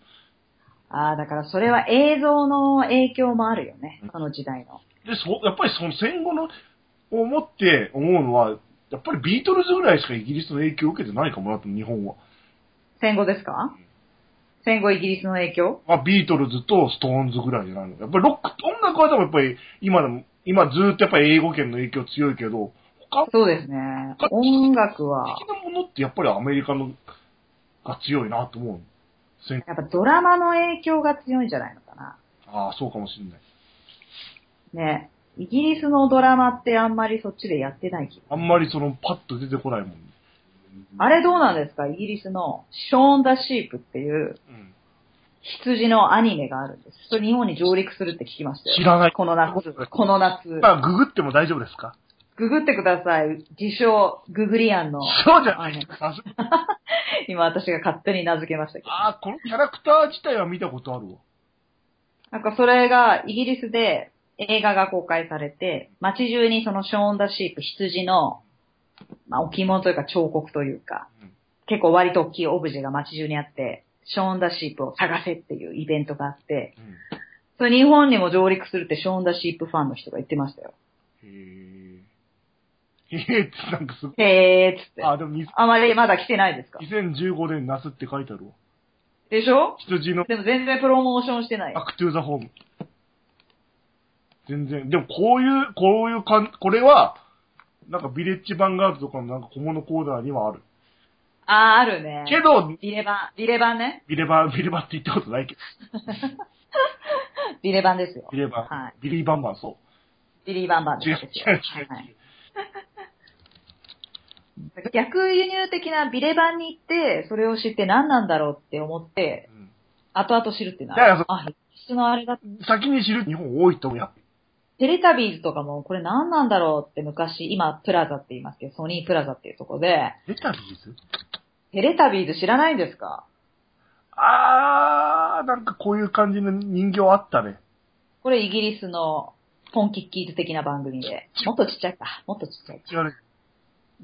ああ、だからそれは映像の影響もあるよね
うん。
この時代の。
で、そ、やっぱりその戦後の、をもって思うのは、やっぱりビートルズぐらいしかイギリスの影響を受けてないかもなと、日本は。
戦後ですか戦後イギリスの影響
まあ、ビートルズとストーンズぐらいじゃないの。やっぱりロック、音楽は多分やっぱり今でも、今ずーっとやっぱり英語圏の影響強いけど、他
そうですね。音楽は、
的なものってやっぱりアメリカのが強いなと思う。せん
やっぱドラマの影響が強いんじゃないのかな。
ああ、そうかもしれない。
ね。イギリスのドラマってあんまりそっちでやってない気が。
あんまりそのパッと出てこないもん、
あれどうなんですかイギリスのショーン・ダ・シープっていう
うん。
羊のアニメがあるんです。それ日本に上陸するって聞きましたよ。
知らない
この夏。この夏。
まあ、ググっても大丈夫ですか
ググってください。自称、ググリアンの。
そう じゃな
あ
い
の
さす
今私が勝手に名付けましたけど。
ああ、このキャラクター自体は見たことあるわ。
なんかそれがイギリスで映画が公開されて、街中にそのショーン・ダ・シープ羊の、まあ、置物というか彫刻というか、
うん
結構割と大きいオブジェが街中にあって、ショーン・ダ・シープを探せっていうイベントがあって、
うん。
それ日本にも上陸するってショーン・ダ・シープファンの人が言ってましたよ。
へえ。へえってなんかすごい。
へーっつって。
あ、でもに
あまりまだ来てないですか
2015年夏って書いてあるわ。
でしょ
羊の
でも全然プロモーションしてない。
バックトゥーザホーム。全然。でもこういう、こういうかん、これは、なんかビレッジヴァンガードとかのなんか小物コーナーにはある。
あー、あるね。
けど、
ビレ版、ビレ版ね。
ビレバー、ビレバーって言ったことないけど、
ビレ版ですよ。
ビレバー、
はい
ビリーバンバンそ
ビリーバンバン
う。違
で
う違
すよ。
う
は
違。
いうはい逆輸入的なビレ版に行って、それを知って何なんだろうって思って、後々知るっていうのは
だからそ
あ、必須のあれだ。
うん先に知る日本多いと思うや。
テレタビーズとかも、これ何なんだろうって昔、今、プラザって言いますけど、ソニープラザっていうとこで、
レタビーズ
テレタビーズ知らないんですか
あー、なんかこういう感じの人形あったね。
これイギリスのポンキッキーズ的な番組で、もっとちっちゃいか、もっとちっちゃいか。
違うね。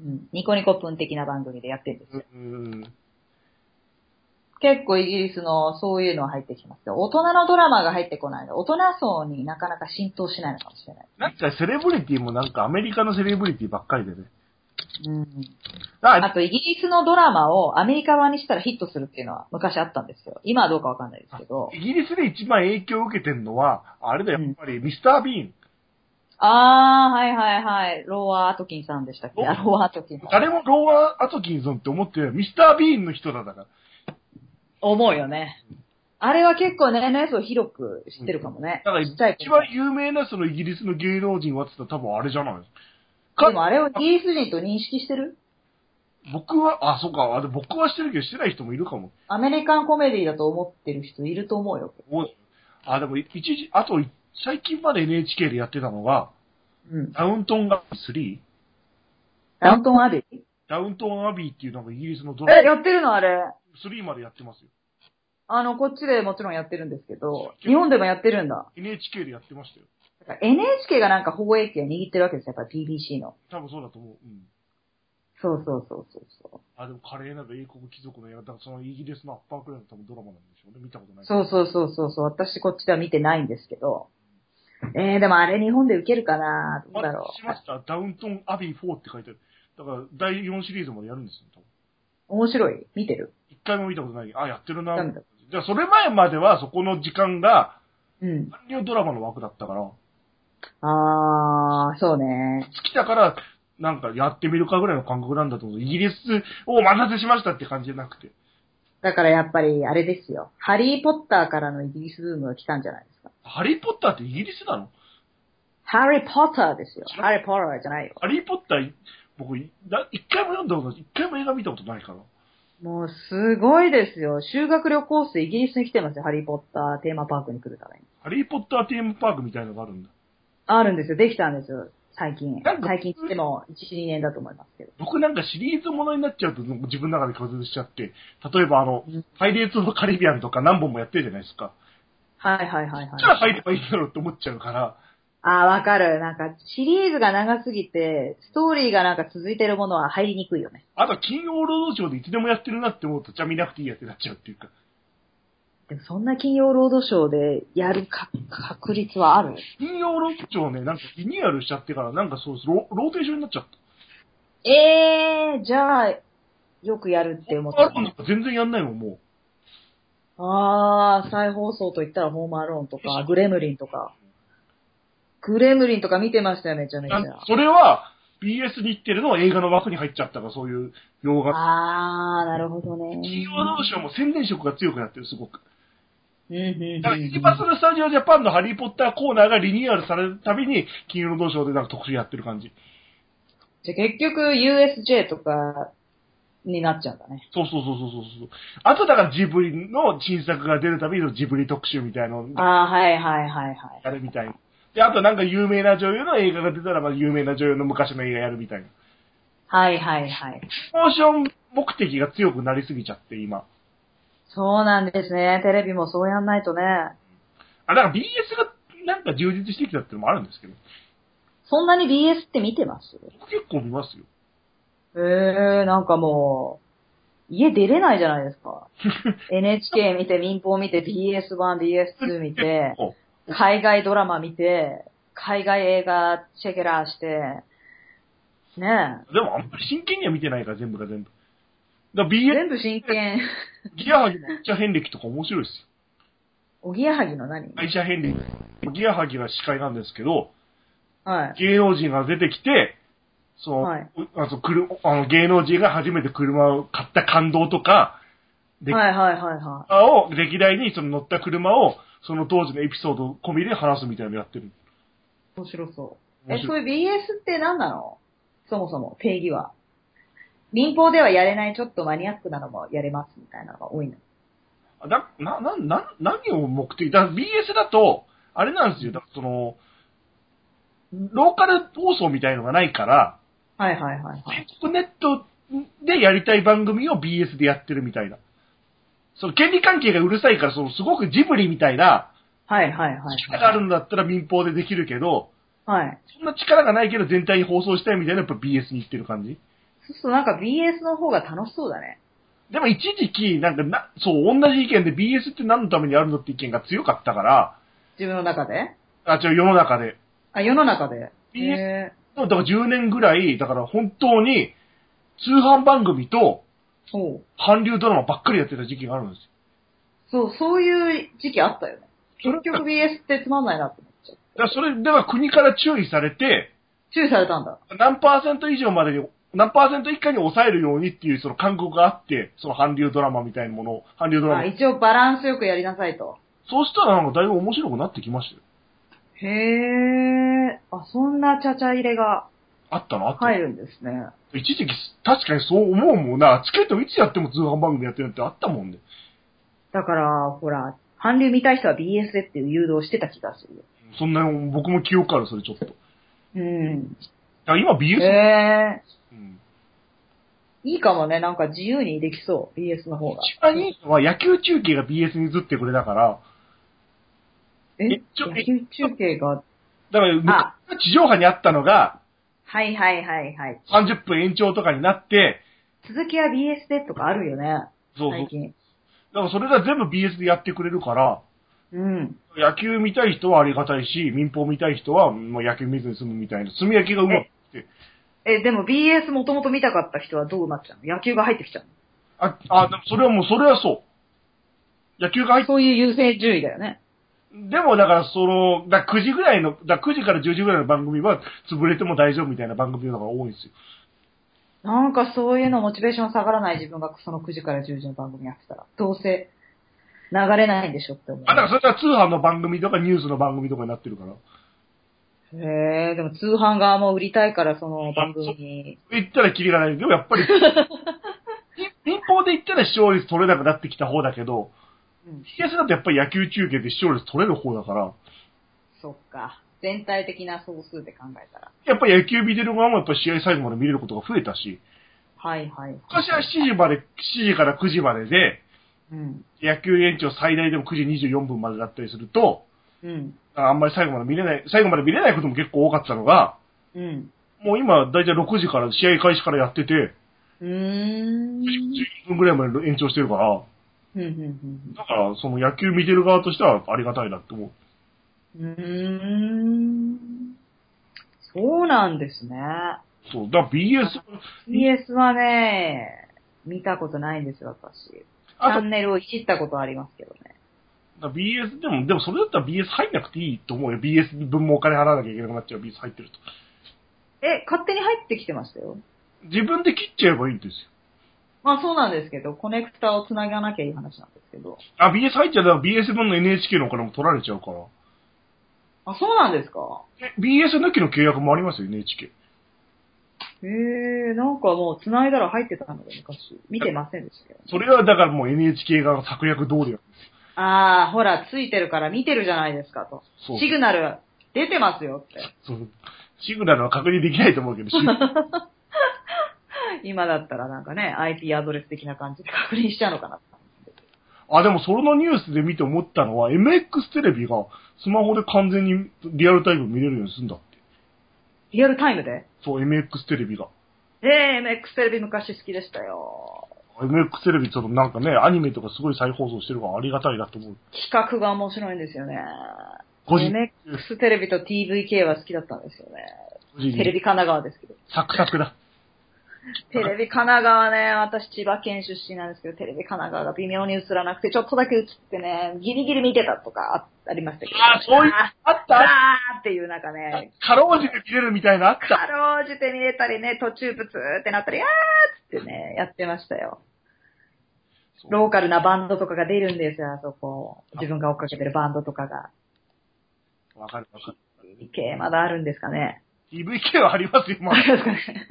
うん。ニコニコプン的な番組でやってるんですよ。
うん。
結構イギリスのそういうのは入ってきますよ。大人のドラマが入ってこないの。大人層になかなか浸透しないのかもしれない。
なんかセレブリティもなんかアメリカのセレブリティばっかりでね。
うん。あ
あ、
と、イギリスのドラマをアメリカ版にしたらヒットするっていうのは昔あったんですよ。今はどうかわかんないですけど。
イギリスで一番影響を受けてるのは、あれだよ、
うん
やっぱりミスター・ビーン。
あー、はいはいはい。ローアー・アトキンさんでしたっけ
ロー
あローアー・アトキンさん。
誰もローアー・アトキンソンって思ってないミスター・ビーンの人だから。
思うよね。あれは結構ね、年を広く知ってるかもね。
だから
ちっちゃい
一
頃
番有名なそのイギリスの芸能人はって言ったら多分あれじゃない
でもあれをイギリス人と認識してる
僕は、あ、そうか、あで僕はしてるけどしてない人もいるかも。
アメリカンコメディだと思ってる人いると思うよ。
おあ、でも一時、あと最近まで NHK でやってたのが、
うん。
ダウントンアビー3、
ダウントン・アビー
ダウントンアビーっていうなんかイギリスのドラ
え、やってるのあれ。
マ3までやってますよ。
あの、こっちでもちろんやってるんですけど、日本でもやってるんだ。
NHK でやってましたよ。
だから NHK がなんか放映権を握ってるわけですよ、やっぱり BBC の。
多分そうだと思う。うん。
そうそうそうそうそう。
あ、でも華麗なる英国貴族の映画、だからそのイギリスのアッパークライの多分ドラマなんでしょうね。見たことない。
そうそうそうそうそう。私こっちでは見てないんですけど。えー、でもあれ日本で受けるかなどうだろ
しました。ダウントンアビー4って書いてある。だから、第4シリーズまでやるんですよ、多分。
う。面白い見てる
一回も見たことない。あ、やってるな
ダメだ。
じゃあ、それ前まではそこの時間が、
うん。
韓流ドラマの枠だったから、
あー、そうね。
尽きたから、なんかやってみるかぐらいの感覚なんだと思う。イギリスをお待たせしましたって感じじゃなくて。
だからやっぱりあれですよ。ハリーポッターからのイギリスブームが来たんじゃないですか。
ハリーポッターってイギリスなの
ハリーポッターですよ。ハリーポッターじゃないよ。
ハリーポッター、僕、な一回も読んだことない。一回も映画見たことないから。
もうすごいですよ。修学旅行生イギリスに来てますよ。ハリーポッターテーマパークに来るために。
ハリーポッターテーマパークみたいのがあるんだ。
あるんですよ。できたんですよ。最近
なん。か
最近っつっても1、2年だと思いますけど。
僕なんかシリーズものになっちゃうと自分の中で拒絶しちゃって、例えばあの
うん、
パイレーツ・オブ・カリビアンとか何本もやってるじゃないですか。
はいはいはい
じゃあ
はい。
入ればいいんだろうって思っちゃうから、
ああ、わかる。なんか、シリーズが長すぎて、ストーリーがなんか続いてるものは入りにくいよね。
あとは金曜ロードショーでいつでもやってるなって思うと、じゃあ見なくていいやってなっちゃうっていうか。
でもそんな金曜ロードショーでやるか確率はある
金曜ロードショーね、なんかリニューアルしちゃってから、なんかそうロ、ローテーションになっちゃった。
ええー、じゃあ、よくやるって思っ
ホームアローンなん
た。
か全然やんないもん、も
ああ、再放送といったらホームアローンとか、グレムリンとか。グレムリンとか見てましたよ、めちゃめちゃ。
あそれは、BS 日テレの映画の枠に入っちゃったから、そういう洋画。
あー、なるほどね。
企業同士はもう宣伝色が強くなってる、すごく。
うんうん
だ
うんう
から、ユ
ん
ニバーサル・スタジオ・ジャパンのハリー・ポッターコーナーがリニューアルされるたびに、金曜ロードショーでなんか特集やってる感じ。
じゃあ結局 USJ とかになっちゃうんだね。
そうそうそうそうそうそう。あとだからジブリの新作が出るたびのジブリ特集みたいなのを
あー、はいはいはいはい。
やるみたいな。で、あとなんか有名な女優の映画が出たら、まあ有名な女優の昔の映画やるみたいな。
はいはいはい。
モーション目的が強くなりすぎちゃって、今。
そうなんですね。テレビもそうやんないとね。
あ、だから BS がなんか充実してきたってのもあるんですけど。
そんなに BS って見てます
僕結構見ますよ。
えー、なんかもう、家出れないじゃないですか。NHK 見て、民放見て、BS1、BS2 見て、
お
海外ドラマ見て、海外映画チェケラーして、ね
でもあんまり真剣には見てないから、全部が全部。だから
え。
BS、
全部真剣。
ギアハギの記者遍歴とか面白いですよ。
おぎやはぎの何
会社遍歴。ギアハギが司会なんですけど、
はい。
芸能人が出てきて、その、
はい
あそうくるあの芸能人が初めて車を買った感動とか、で
はいはいはいは
車を、歴代にその乗った車を、その当時のエピソード込みで話すみたいなのやってる。
い。面白そう。
面
え、そ
白
れ BS って何なのそもそも、定義は。民放ではやれないちょっとマニアックなのもやれますみたいなのが多いの。
だな、な、な、何を目的だ ?BS だと、あれなんですよ。だその、ローカル放送みたいのがないから、
はいはいはいはい。
全国ネットでやりたい番組を BS でやってるみたいな。その権利関係がうるさいから、そのすごくジブリみたいな、
はいはいはいはい。
力があるんだったら民放でできるけど、
はい。
そんな力がないけど全体に放送したいみたいなやっぱ BS に行ってる感じ。
そうするとなんか BS の方が楽しそうだね。
でも一時期、なんかな、そう、同じ意見で BS って何のためにあるのって意見が強かったから、
自分の中で
あ、違う、世の中で。
あ、世の中で。
BS
え
だから10年ぐらい、だから本当に、通販番組と
ー、そう。
韓流ドラマばっかりやってた時期があるんです
そ
よ。
う、そういう時期あったよね。
それ
結局 BS ってつまんないなって思っちゃう。
だからそれ、だから国から注意されて、
注意されたんだ。
何パーセント以上までに、何パーセント以下に抑えるようにっていうその勧告があって、その韓流ドラマみたいなものを、韓流ドラマ
あ、一応バランスよくやりなさいと。
そうしたらなんかだいぶ面白くなってきましたよ。
へえ。あ、そんなちゃちゃ入れが
あったな、あったな
入るんですね。
一時期、確かにそう思うもんな。チケットいつやっても通販番組やってるってあったもんね。
だから、ほら、韓流見たい人は BS でっていう誘導してた気がする。
そんな、僕も記憶ある、それちょっと。
うん。
あ今 BS、
へえ。
うん
いいかもね。なんか自由にできそう。BS の方が。
一番いいのは野球中継が BS に移ってくれだから、
え
一応
野球中継が、
だから
あ
昔地上波にあったのが
はいはいはいはい。
30分延長とかになって、
続きは BS でとかあるよね。
そうそう
最。近。
だからそれが全部 BS でやってくれるから、
うん。
野球見たい人はありがたいし、民放見たい人はもう野球見ずに済むみたいな、炭焼きがうまくて。
え、でも BS もともと見たかった人はどうなっちゃうの野球が入ってきちゃう
あ、あ、でもそれはもう、それはそう。野球が入っ
のそういう優先順位だよね。
でもだからその、だ9時ぐらいの、だ9時から10時ぐらいの番組は潰れても大丈夫みたいな番組の方が多いんですよ。
なんかそういうのモチベーション下がらない自分がその9時から10時の番組やってたら、どうせ流れないんでしょって思う。
あ、だからそれは通販の番組とかニュースの番組とかになってるから。
へえ、でも通販側も売りたいからその番組に。
言ったらキリがない。でもやっぱり、 民放で言ったら視聴率取れなくなってきた方だけど、
うん、
TS だとやっぱり野球中継で視聴率取れる方だから、
そっか。全体的な総数で考えたら。
やっぱり野球見てる側もやっぱり試合最後まで見れることが増えたし、
はいはい。
昔は7時まで、7時から9時までで、
うん。
野球延長最大でも9時24分までだったりすると、
うん。
あんまり最後まで見れない、最後まで見れないことも結構多かったのが、
うん。
もう今、だいたい6時から試合開始からやってて、
うーん。
12分ぐらいまで延長してるから、
うんうん
だから、その野球見てる側としてはありがたいなって思う。
うんうん。うーん。そうなんですね。
そう、だから BS、
BS はね、見たことないんですよ、私。チ
あ
ャ
と、
ンネルをいじったことはありますけどね。
だから BS、でも、でもそれだったら BS 入んなくていいと思うよ。BS 分もお金払わなきゃいけなくなっちゃう。BS 入ってると。
え、勝手に入ってきてましたよ。
自分で切っちゃえばいいんですよ。
まあそうなんですけど、コネクタを繋がなきゃいい話なんですけど。
あ、BS 入っちゃうと BS 分の NHK のお金も取られちゃうから。
あ、そうなんですか
え BS 抜きの契約もありますよ、NHK。
へえ、なんかもう繋いだら入ってたので昔。見てませんでしたけど。
それはだからもう NHK 側の策略通りなんですよ。
ああ、ほら、ついてるから見てるじゃないですかと。
そう
シグナル、出てますよって。
そうシグナルは確認できないと思うけど、シグナル
今だったらなんかね、IP アドレス的な感じで確認しちゃうのかな。
あ、でもそのニュースで見て思ったのは、MX テレビがスマホで完全にリアルタイム見れるようにするんだって。
リアルタイムで
そう、MX テレビが。
えー、MX テレビ昔好きでしたよ。
MX テレビ、そのなんかね、アニメとかすごい再放送してるからありがたいなと思う。
企画が面白いんですよね。
個人
MX テレビと TVK は好きだったんですよね。
個人
テレ
に
ビ神奈川ですけど。
サクサクだ。
テレビ神奈川ね、私千葉県出身なんですけど、テレビ神奈川が微妙に映らなくて、ちょっとだけ映ってね、ギリギリ見てたとかあありましたけど。
あそういう
あ
あっ
ー
た
あーっていうなんかね、
かろうじて見れるみたいなあっ
か
た。
ろうじて見れたりね、途中ブツーってなったり、あーっつってね、やってましたよ。ローカルなバンドとかが出るんですよ、あそこ。自分が追っかけてるバンドとかが。
わかるわかる。
系まだあるんですかね。
TVK はありますよ、ま
あ
だ
るんですかね。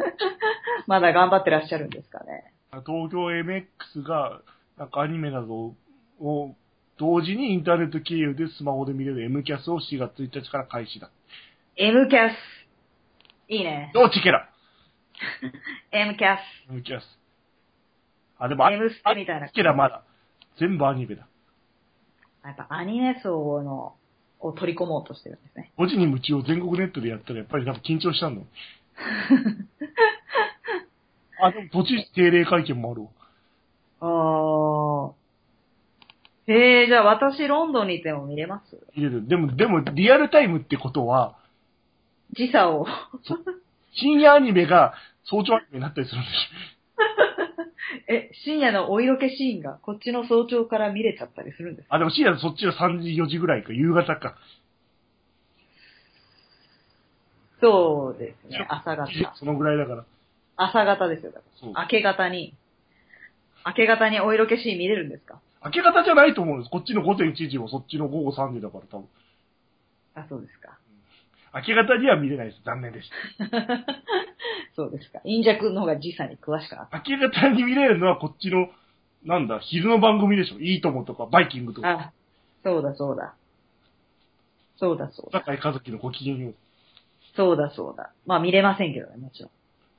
まだ頑張ってらっしゃるんですかね。
東京 MX が、なんかアニメなどを、同時にインターネット経由でスマホで見れる MCAS を4月1日から開始だ。
M キャス。いいね。
どうチケラ
M キャス。
!MCAS。あ、でもあ、
M ステみたいな
チケラまだ。全部アニメだ。
やっぱアニメ層の、を取り込もうとしてるんですね。
5時に夢中を全国ネットでやったらやっぱりなんか緊張したんだ。あ、でも途中定例会見もあるわ。
あー。えー、じゃあ私ロンドンにいても見れます
見れる。でも、でもリアルタイムってことは、
時差を。
深夜アニメが早朝アニメになったりするんです
え、深夜のお色気シーンがこっちの早朝から見れちゃったりするんです
あ、でも深夜そっちは3時、4時ぐらいか、夕方か。
そうですね。朝方。
そのぐらいだから。
朝方ですよ。だか
そう。
ら明け方に。明け方にお色気シーン見れるんですか
明け方じゃないと思うんです。こっちの午前1時もそっちの午後3時だから多分。
あ、そうですか。
明け方には見れないです。残念でし。
そうですか。インジャ君の方が時差に詳しくなった
明け方に見れるのはこっちの、なんだ、昼の番組でしょ。いいともとか、バイキングと
た。
か、
あ、そうだそうだ。そうだそうだ。
坂井和樹のご機嫌を
そうだそうだ。まあ見れませんけどね、もちろ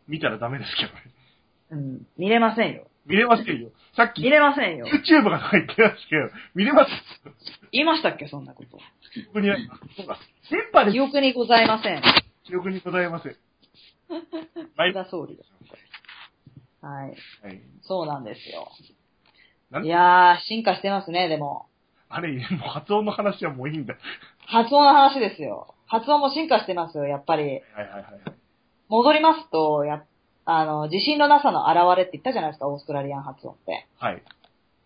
見たらダメですけどね。
ん。うん。見れませんよ。
見れませんよ。さっき
見れませんよ。
YouTube が入ってましたけど、見れます。
言いましたっけ、そんなこと。
記憶にない。そうか。電波で
記憶にございません。
記憶にございません。はい。
菅
は
田総理です。はい。
い。
そうなんですよ
な。ん
いやー、進化してますね、でも。
あれ、もう発音の話はもういいんだ。
発音の話ですよ。発音も進化してますよ、やっぱり。
はいはいはいはい。
戻りますと、や、あの、自信のなさの現れって言ったじゃないですか、オーストラリアン発音って。
はい。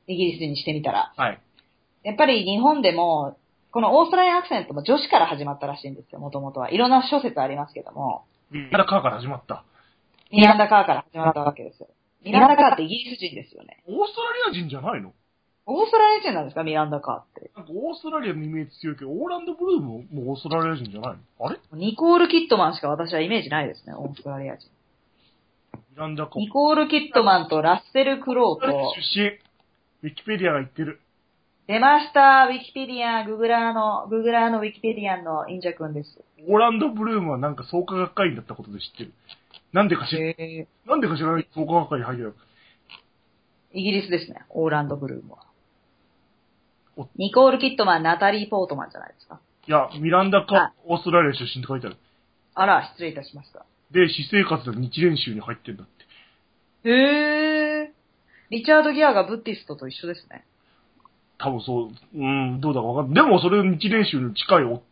イギリスにしてみたら。
はい。
やっぱり日本でも、このオーストラリアンアクセントも女子から始まったらしいんですよ、もともとは。いろんな諸説ありますけども、
ミランダカーから始まった。
ミランダカーから始まったわけですよ。ミランダカーってイギリス人ですよね。
オーストラリア人じゃないの
オーストラリア人なんですか、ミランダカーって。
なんかオーストラリアのイメージ強いけど、オーランドブルームもオーストラリア人じゃないのあれ
ニコール・キットマンしか私はイメージないですね、オーストラリア人。
ミランダカー。
ニコール・キットマンとラッセル・クロウ
出
と、
身。ウィキペディアが言ってる。
出ました、ウィキペディアン、ググラーの、ググラーのウィキペディアンのインジャ君です。
オーランドブルームはなんか創価学会員だったことで知ってる。なんでか知
へー
なんでか知らないけど創価学会に入ってる。
イギリスですね、オーランド・ブルーム
お
は。ニコール・キットマン、ナタリー・ポートマンじゃないですか。
いや、ミランダカ
あ
ー、オーストラリア出身って書いてある。
あら、失礼いたしました。
で、私生活の日練習に入ってんだって。
へえ。リチャード・ギアがブッディストと一緒ですね。
多分そう、うん、どうだかわかんない。でもそれ日練習に近いお、ど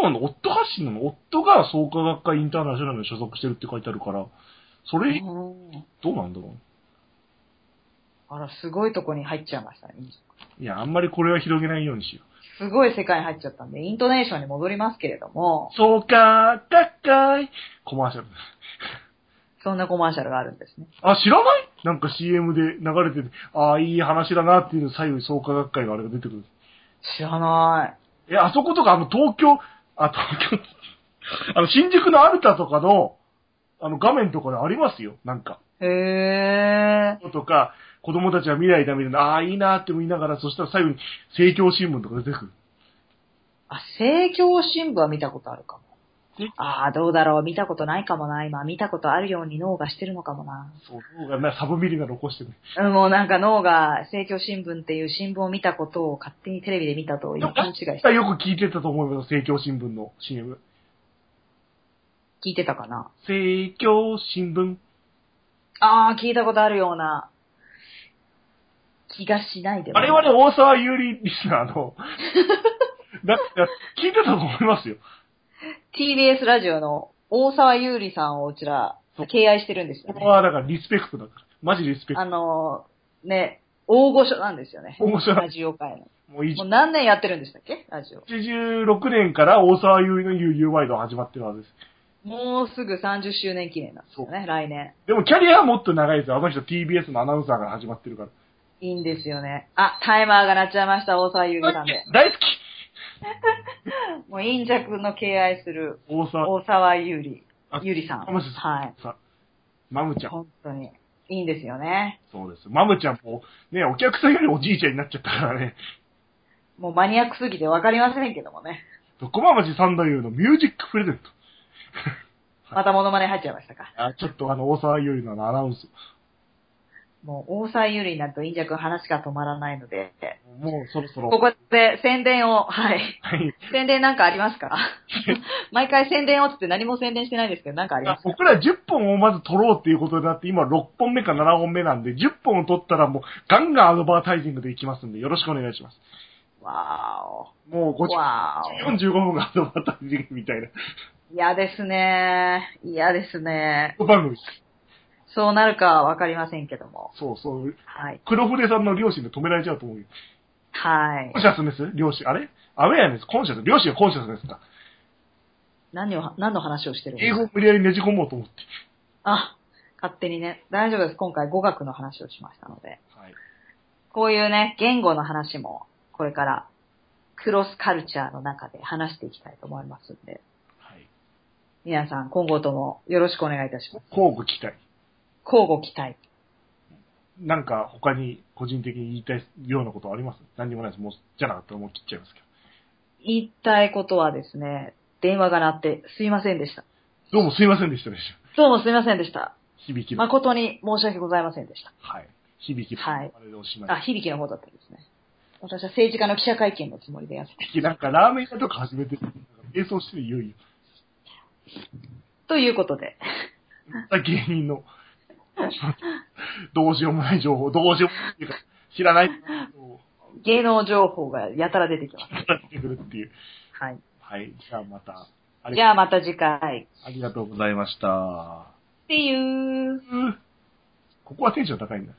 うなの夫発信なの夫が創価学会インターナショナルに所属してるって書いてあるから、それ、どうなんだろ
あら、すごいとこに入っちゃいましたね。
う。いや、あんまりこれは広げないようにしよう。
すごい世界に入っちゃったんで、イントネーションに戻りますけれども、
そうか、高い。コマーシャル。
そんなコマーシャルがあるんですね。
あ、知らないなんか CM で流れてて、ああ、いい話だなっていう左右創価学会のあれが出てくる。
知らない。
え、あそことか、あの、東京、あ、東京、 あの、新宿のアルタとかの、あの、画面とかでありますよ、なんか。
へー。
とか、子供たちは未来だみたいな、ああー、いいなーって見ながら、そしたら最後に、政教新聞とか出てくる。
あ、政教新聞は見たことあるかも。ああ、どうだろう。見たことないかもな。今、見たことあるように脳がしてるのかもな。
そう、そうがな、サブミリが残してる。
うんもうなんか脳が、政教新聞っていう新聞を見たことを勝手にテレビで見たと、今勘違いして、
よく聞いてたと思います、政教新聞の CM。
聞いてたかな。
政教新聞。
ああ、聞いたことあるような、気がしないでも
あ
ない
れはね、大沢有利リスナーの、だって、聞いてたと思いますよ。
TBS ラジオの大沢優里さんをうちら、敬愛してるんですよ
ここ
ね。
は、だからリスペクトだから。マジリスペク
あのー、ね、大御所なんですよね。
大御所
ラジオ界の。
ト。もういい
もう何年やってるんでしたっけラジオ。
86年から大沢優里の悠々ワイドが始まってるはずです。
もうすぐ30周年記念なんですよね、来年。
でもキャリアはもっと長いですよ。あの人 TBS のアナウンサーから始まってるから。
いいんですよね。あ、タイマーが鳴っちゃいました、大沢優里さん で。
大好き
もう、インジャ君の敬愛する
大沢
大沢優里
あ、
優里さん。
マムシ
はい。
さん。マムちゃん。
本当に。いいんですよね。
そうです。マムちゃんも、ね、お客さんよりおじいちゃんになっちゃったからね。
もうマニアックすぎてわかりませんけどもね。
ドコママジ三太夫のミュージックプレゼント。
またモノマネ入っちゃいましたか。
あちょっとあの、大沢優里のあのアナウンス。
もう、大沢優里になると、インジャ君話が止まらないので、
もうそろそろ。
ここで宣伝を、はい。
はい。
宣伝なんかありますか 毎回宣伝をつって何も宣伝してないですけど、なんかありますか
僕ら10本をまず取ろうっていうことになって、今6本目か7本目なんで、10本を取ったらもうガンガンアドバータイジングでいきますんで、よろしくお願いします。
わ
もう
ーお。
5
わー
時45分がアドバータイジングみたいな。
お。嫌ですね。嫌ですね。
番組。
そうなるかわかりませんけども。
そうそう。
はい。
黒船さんの両親で止められちゃうと思うよ。
はい
コン。シャスネス両親。あれアウェアネスコンシャス両親はコンシャスネスか。
何を、何の話をしてるんで
英
す
語
か
を無理やりねじ込もうと思って。
あ、勝手にね。大丈夫です。今回語学の話をしましたので。
はい。
こういうね、言語の話も、これから、クロスカルチャーの中で話していきたいと思いますんで、
はい。
皆さん今後ともよろしくお願いいたします。
交互期待。
交互期待。
なんか他に個人的に言いたいようなことあります何にもないです。もう、じゃなかったらもう切っちゃいますけ
言いたいことはですね、電話が鳴ってすいませんでした。
ど。どうもすいませんでしたでし
どうもすいませんでした。
ょ。響きの。
誠に申し訳ございませんでした。
はい。響きの。
はい
あれでおしまい。
あ、響きの方だったんですね。私は政治家の記者会見のつもりでやって
響きなんかラーメン屋とか始めてる、並走してるいよいよ。
ということで、
芸人の、どうしようもない情報、どうしようもないっていうか、知らない情
芸能情報がやたら出てきます。
報を出してくるっていう。
はい。
はい。じゃあまた。あり
じゃあまた次回。
ありがとうございました。
See you!
うーここはテンション高いんだね。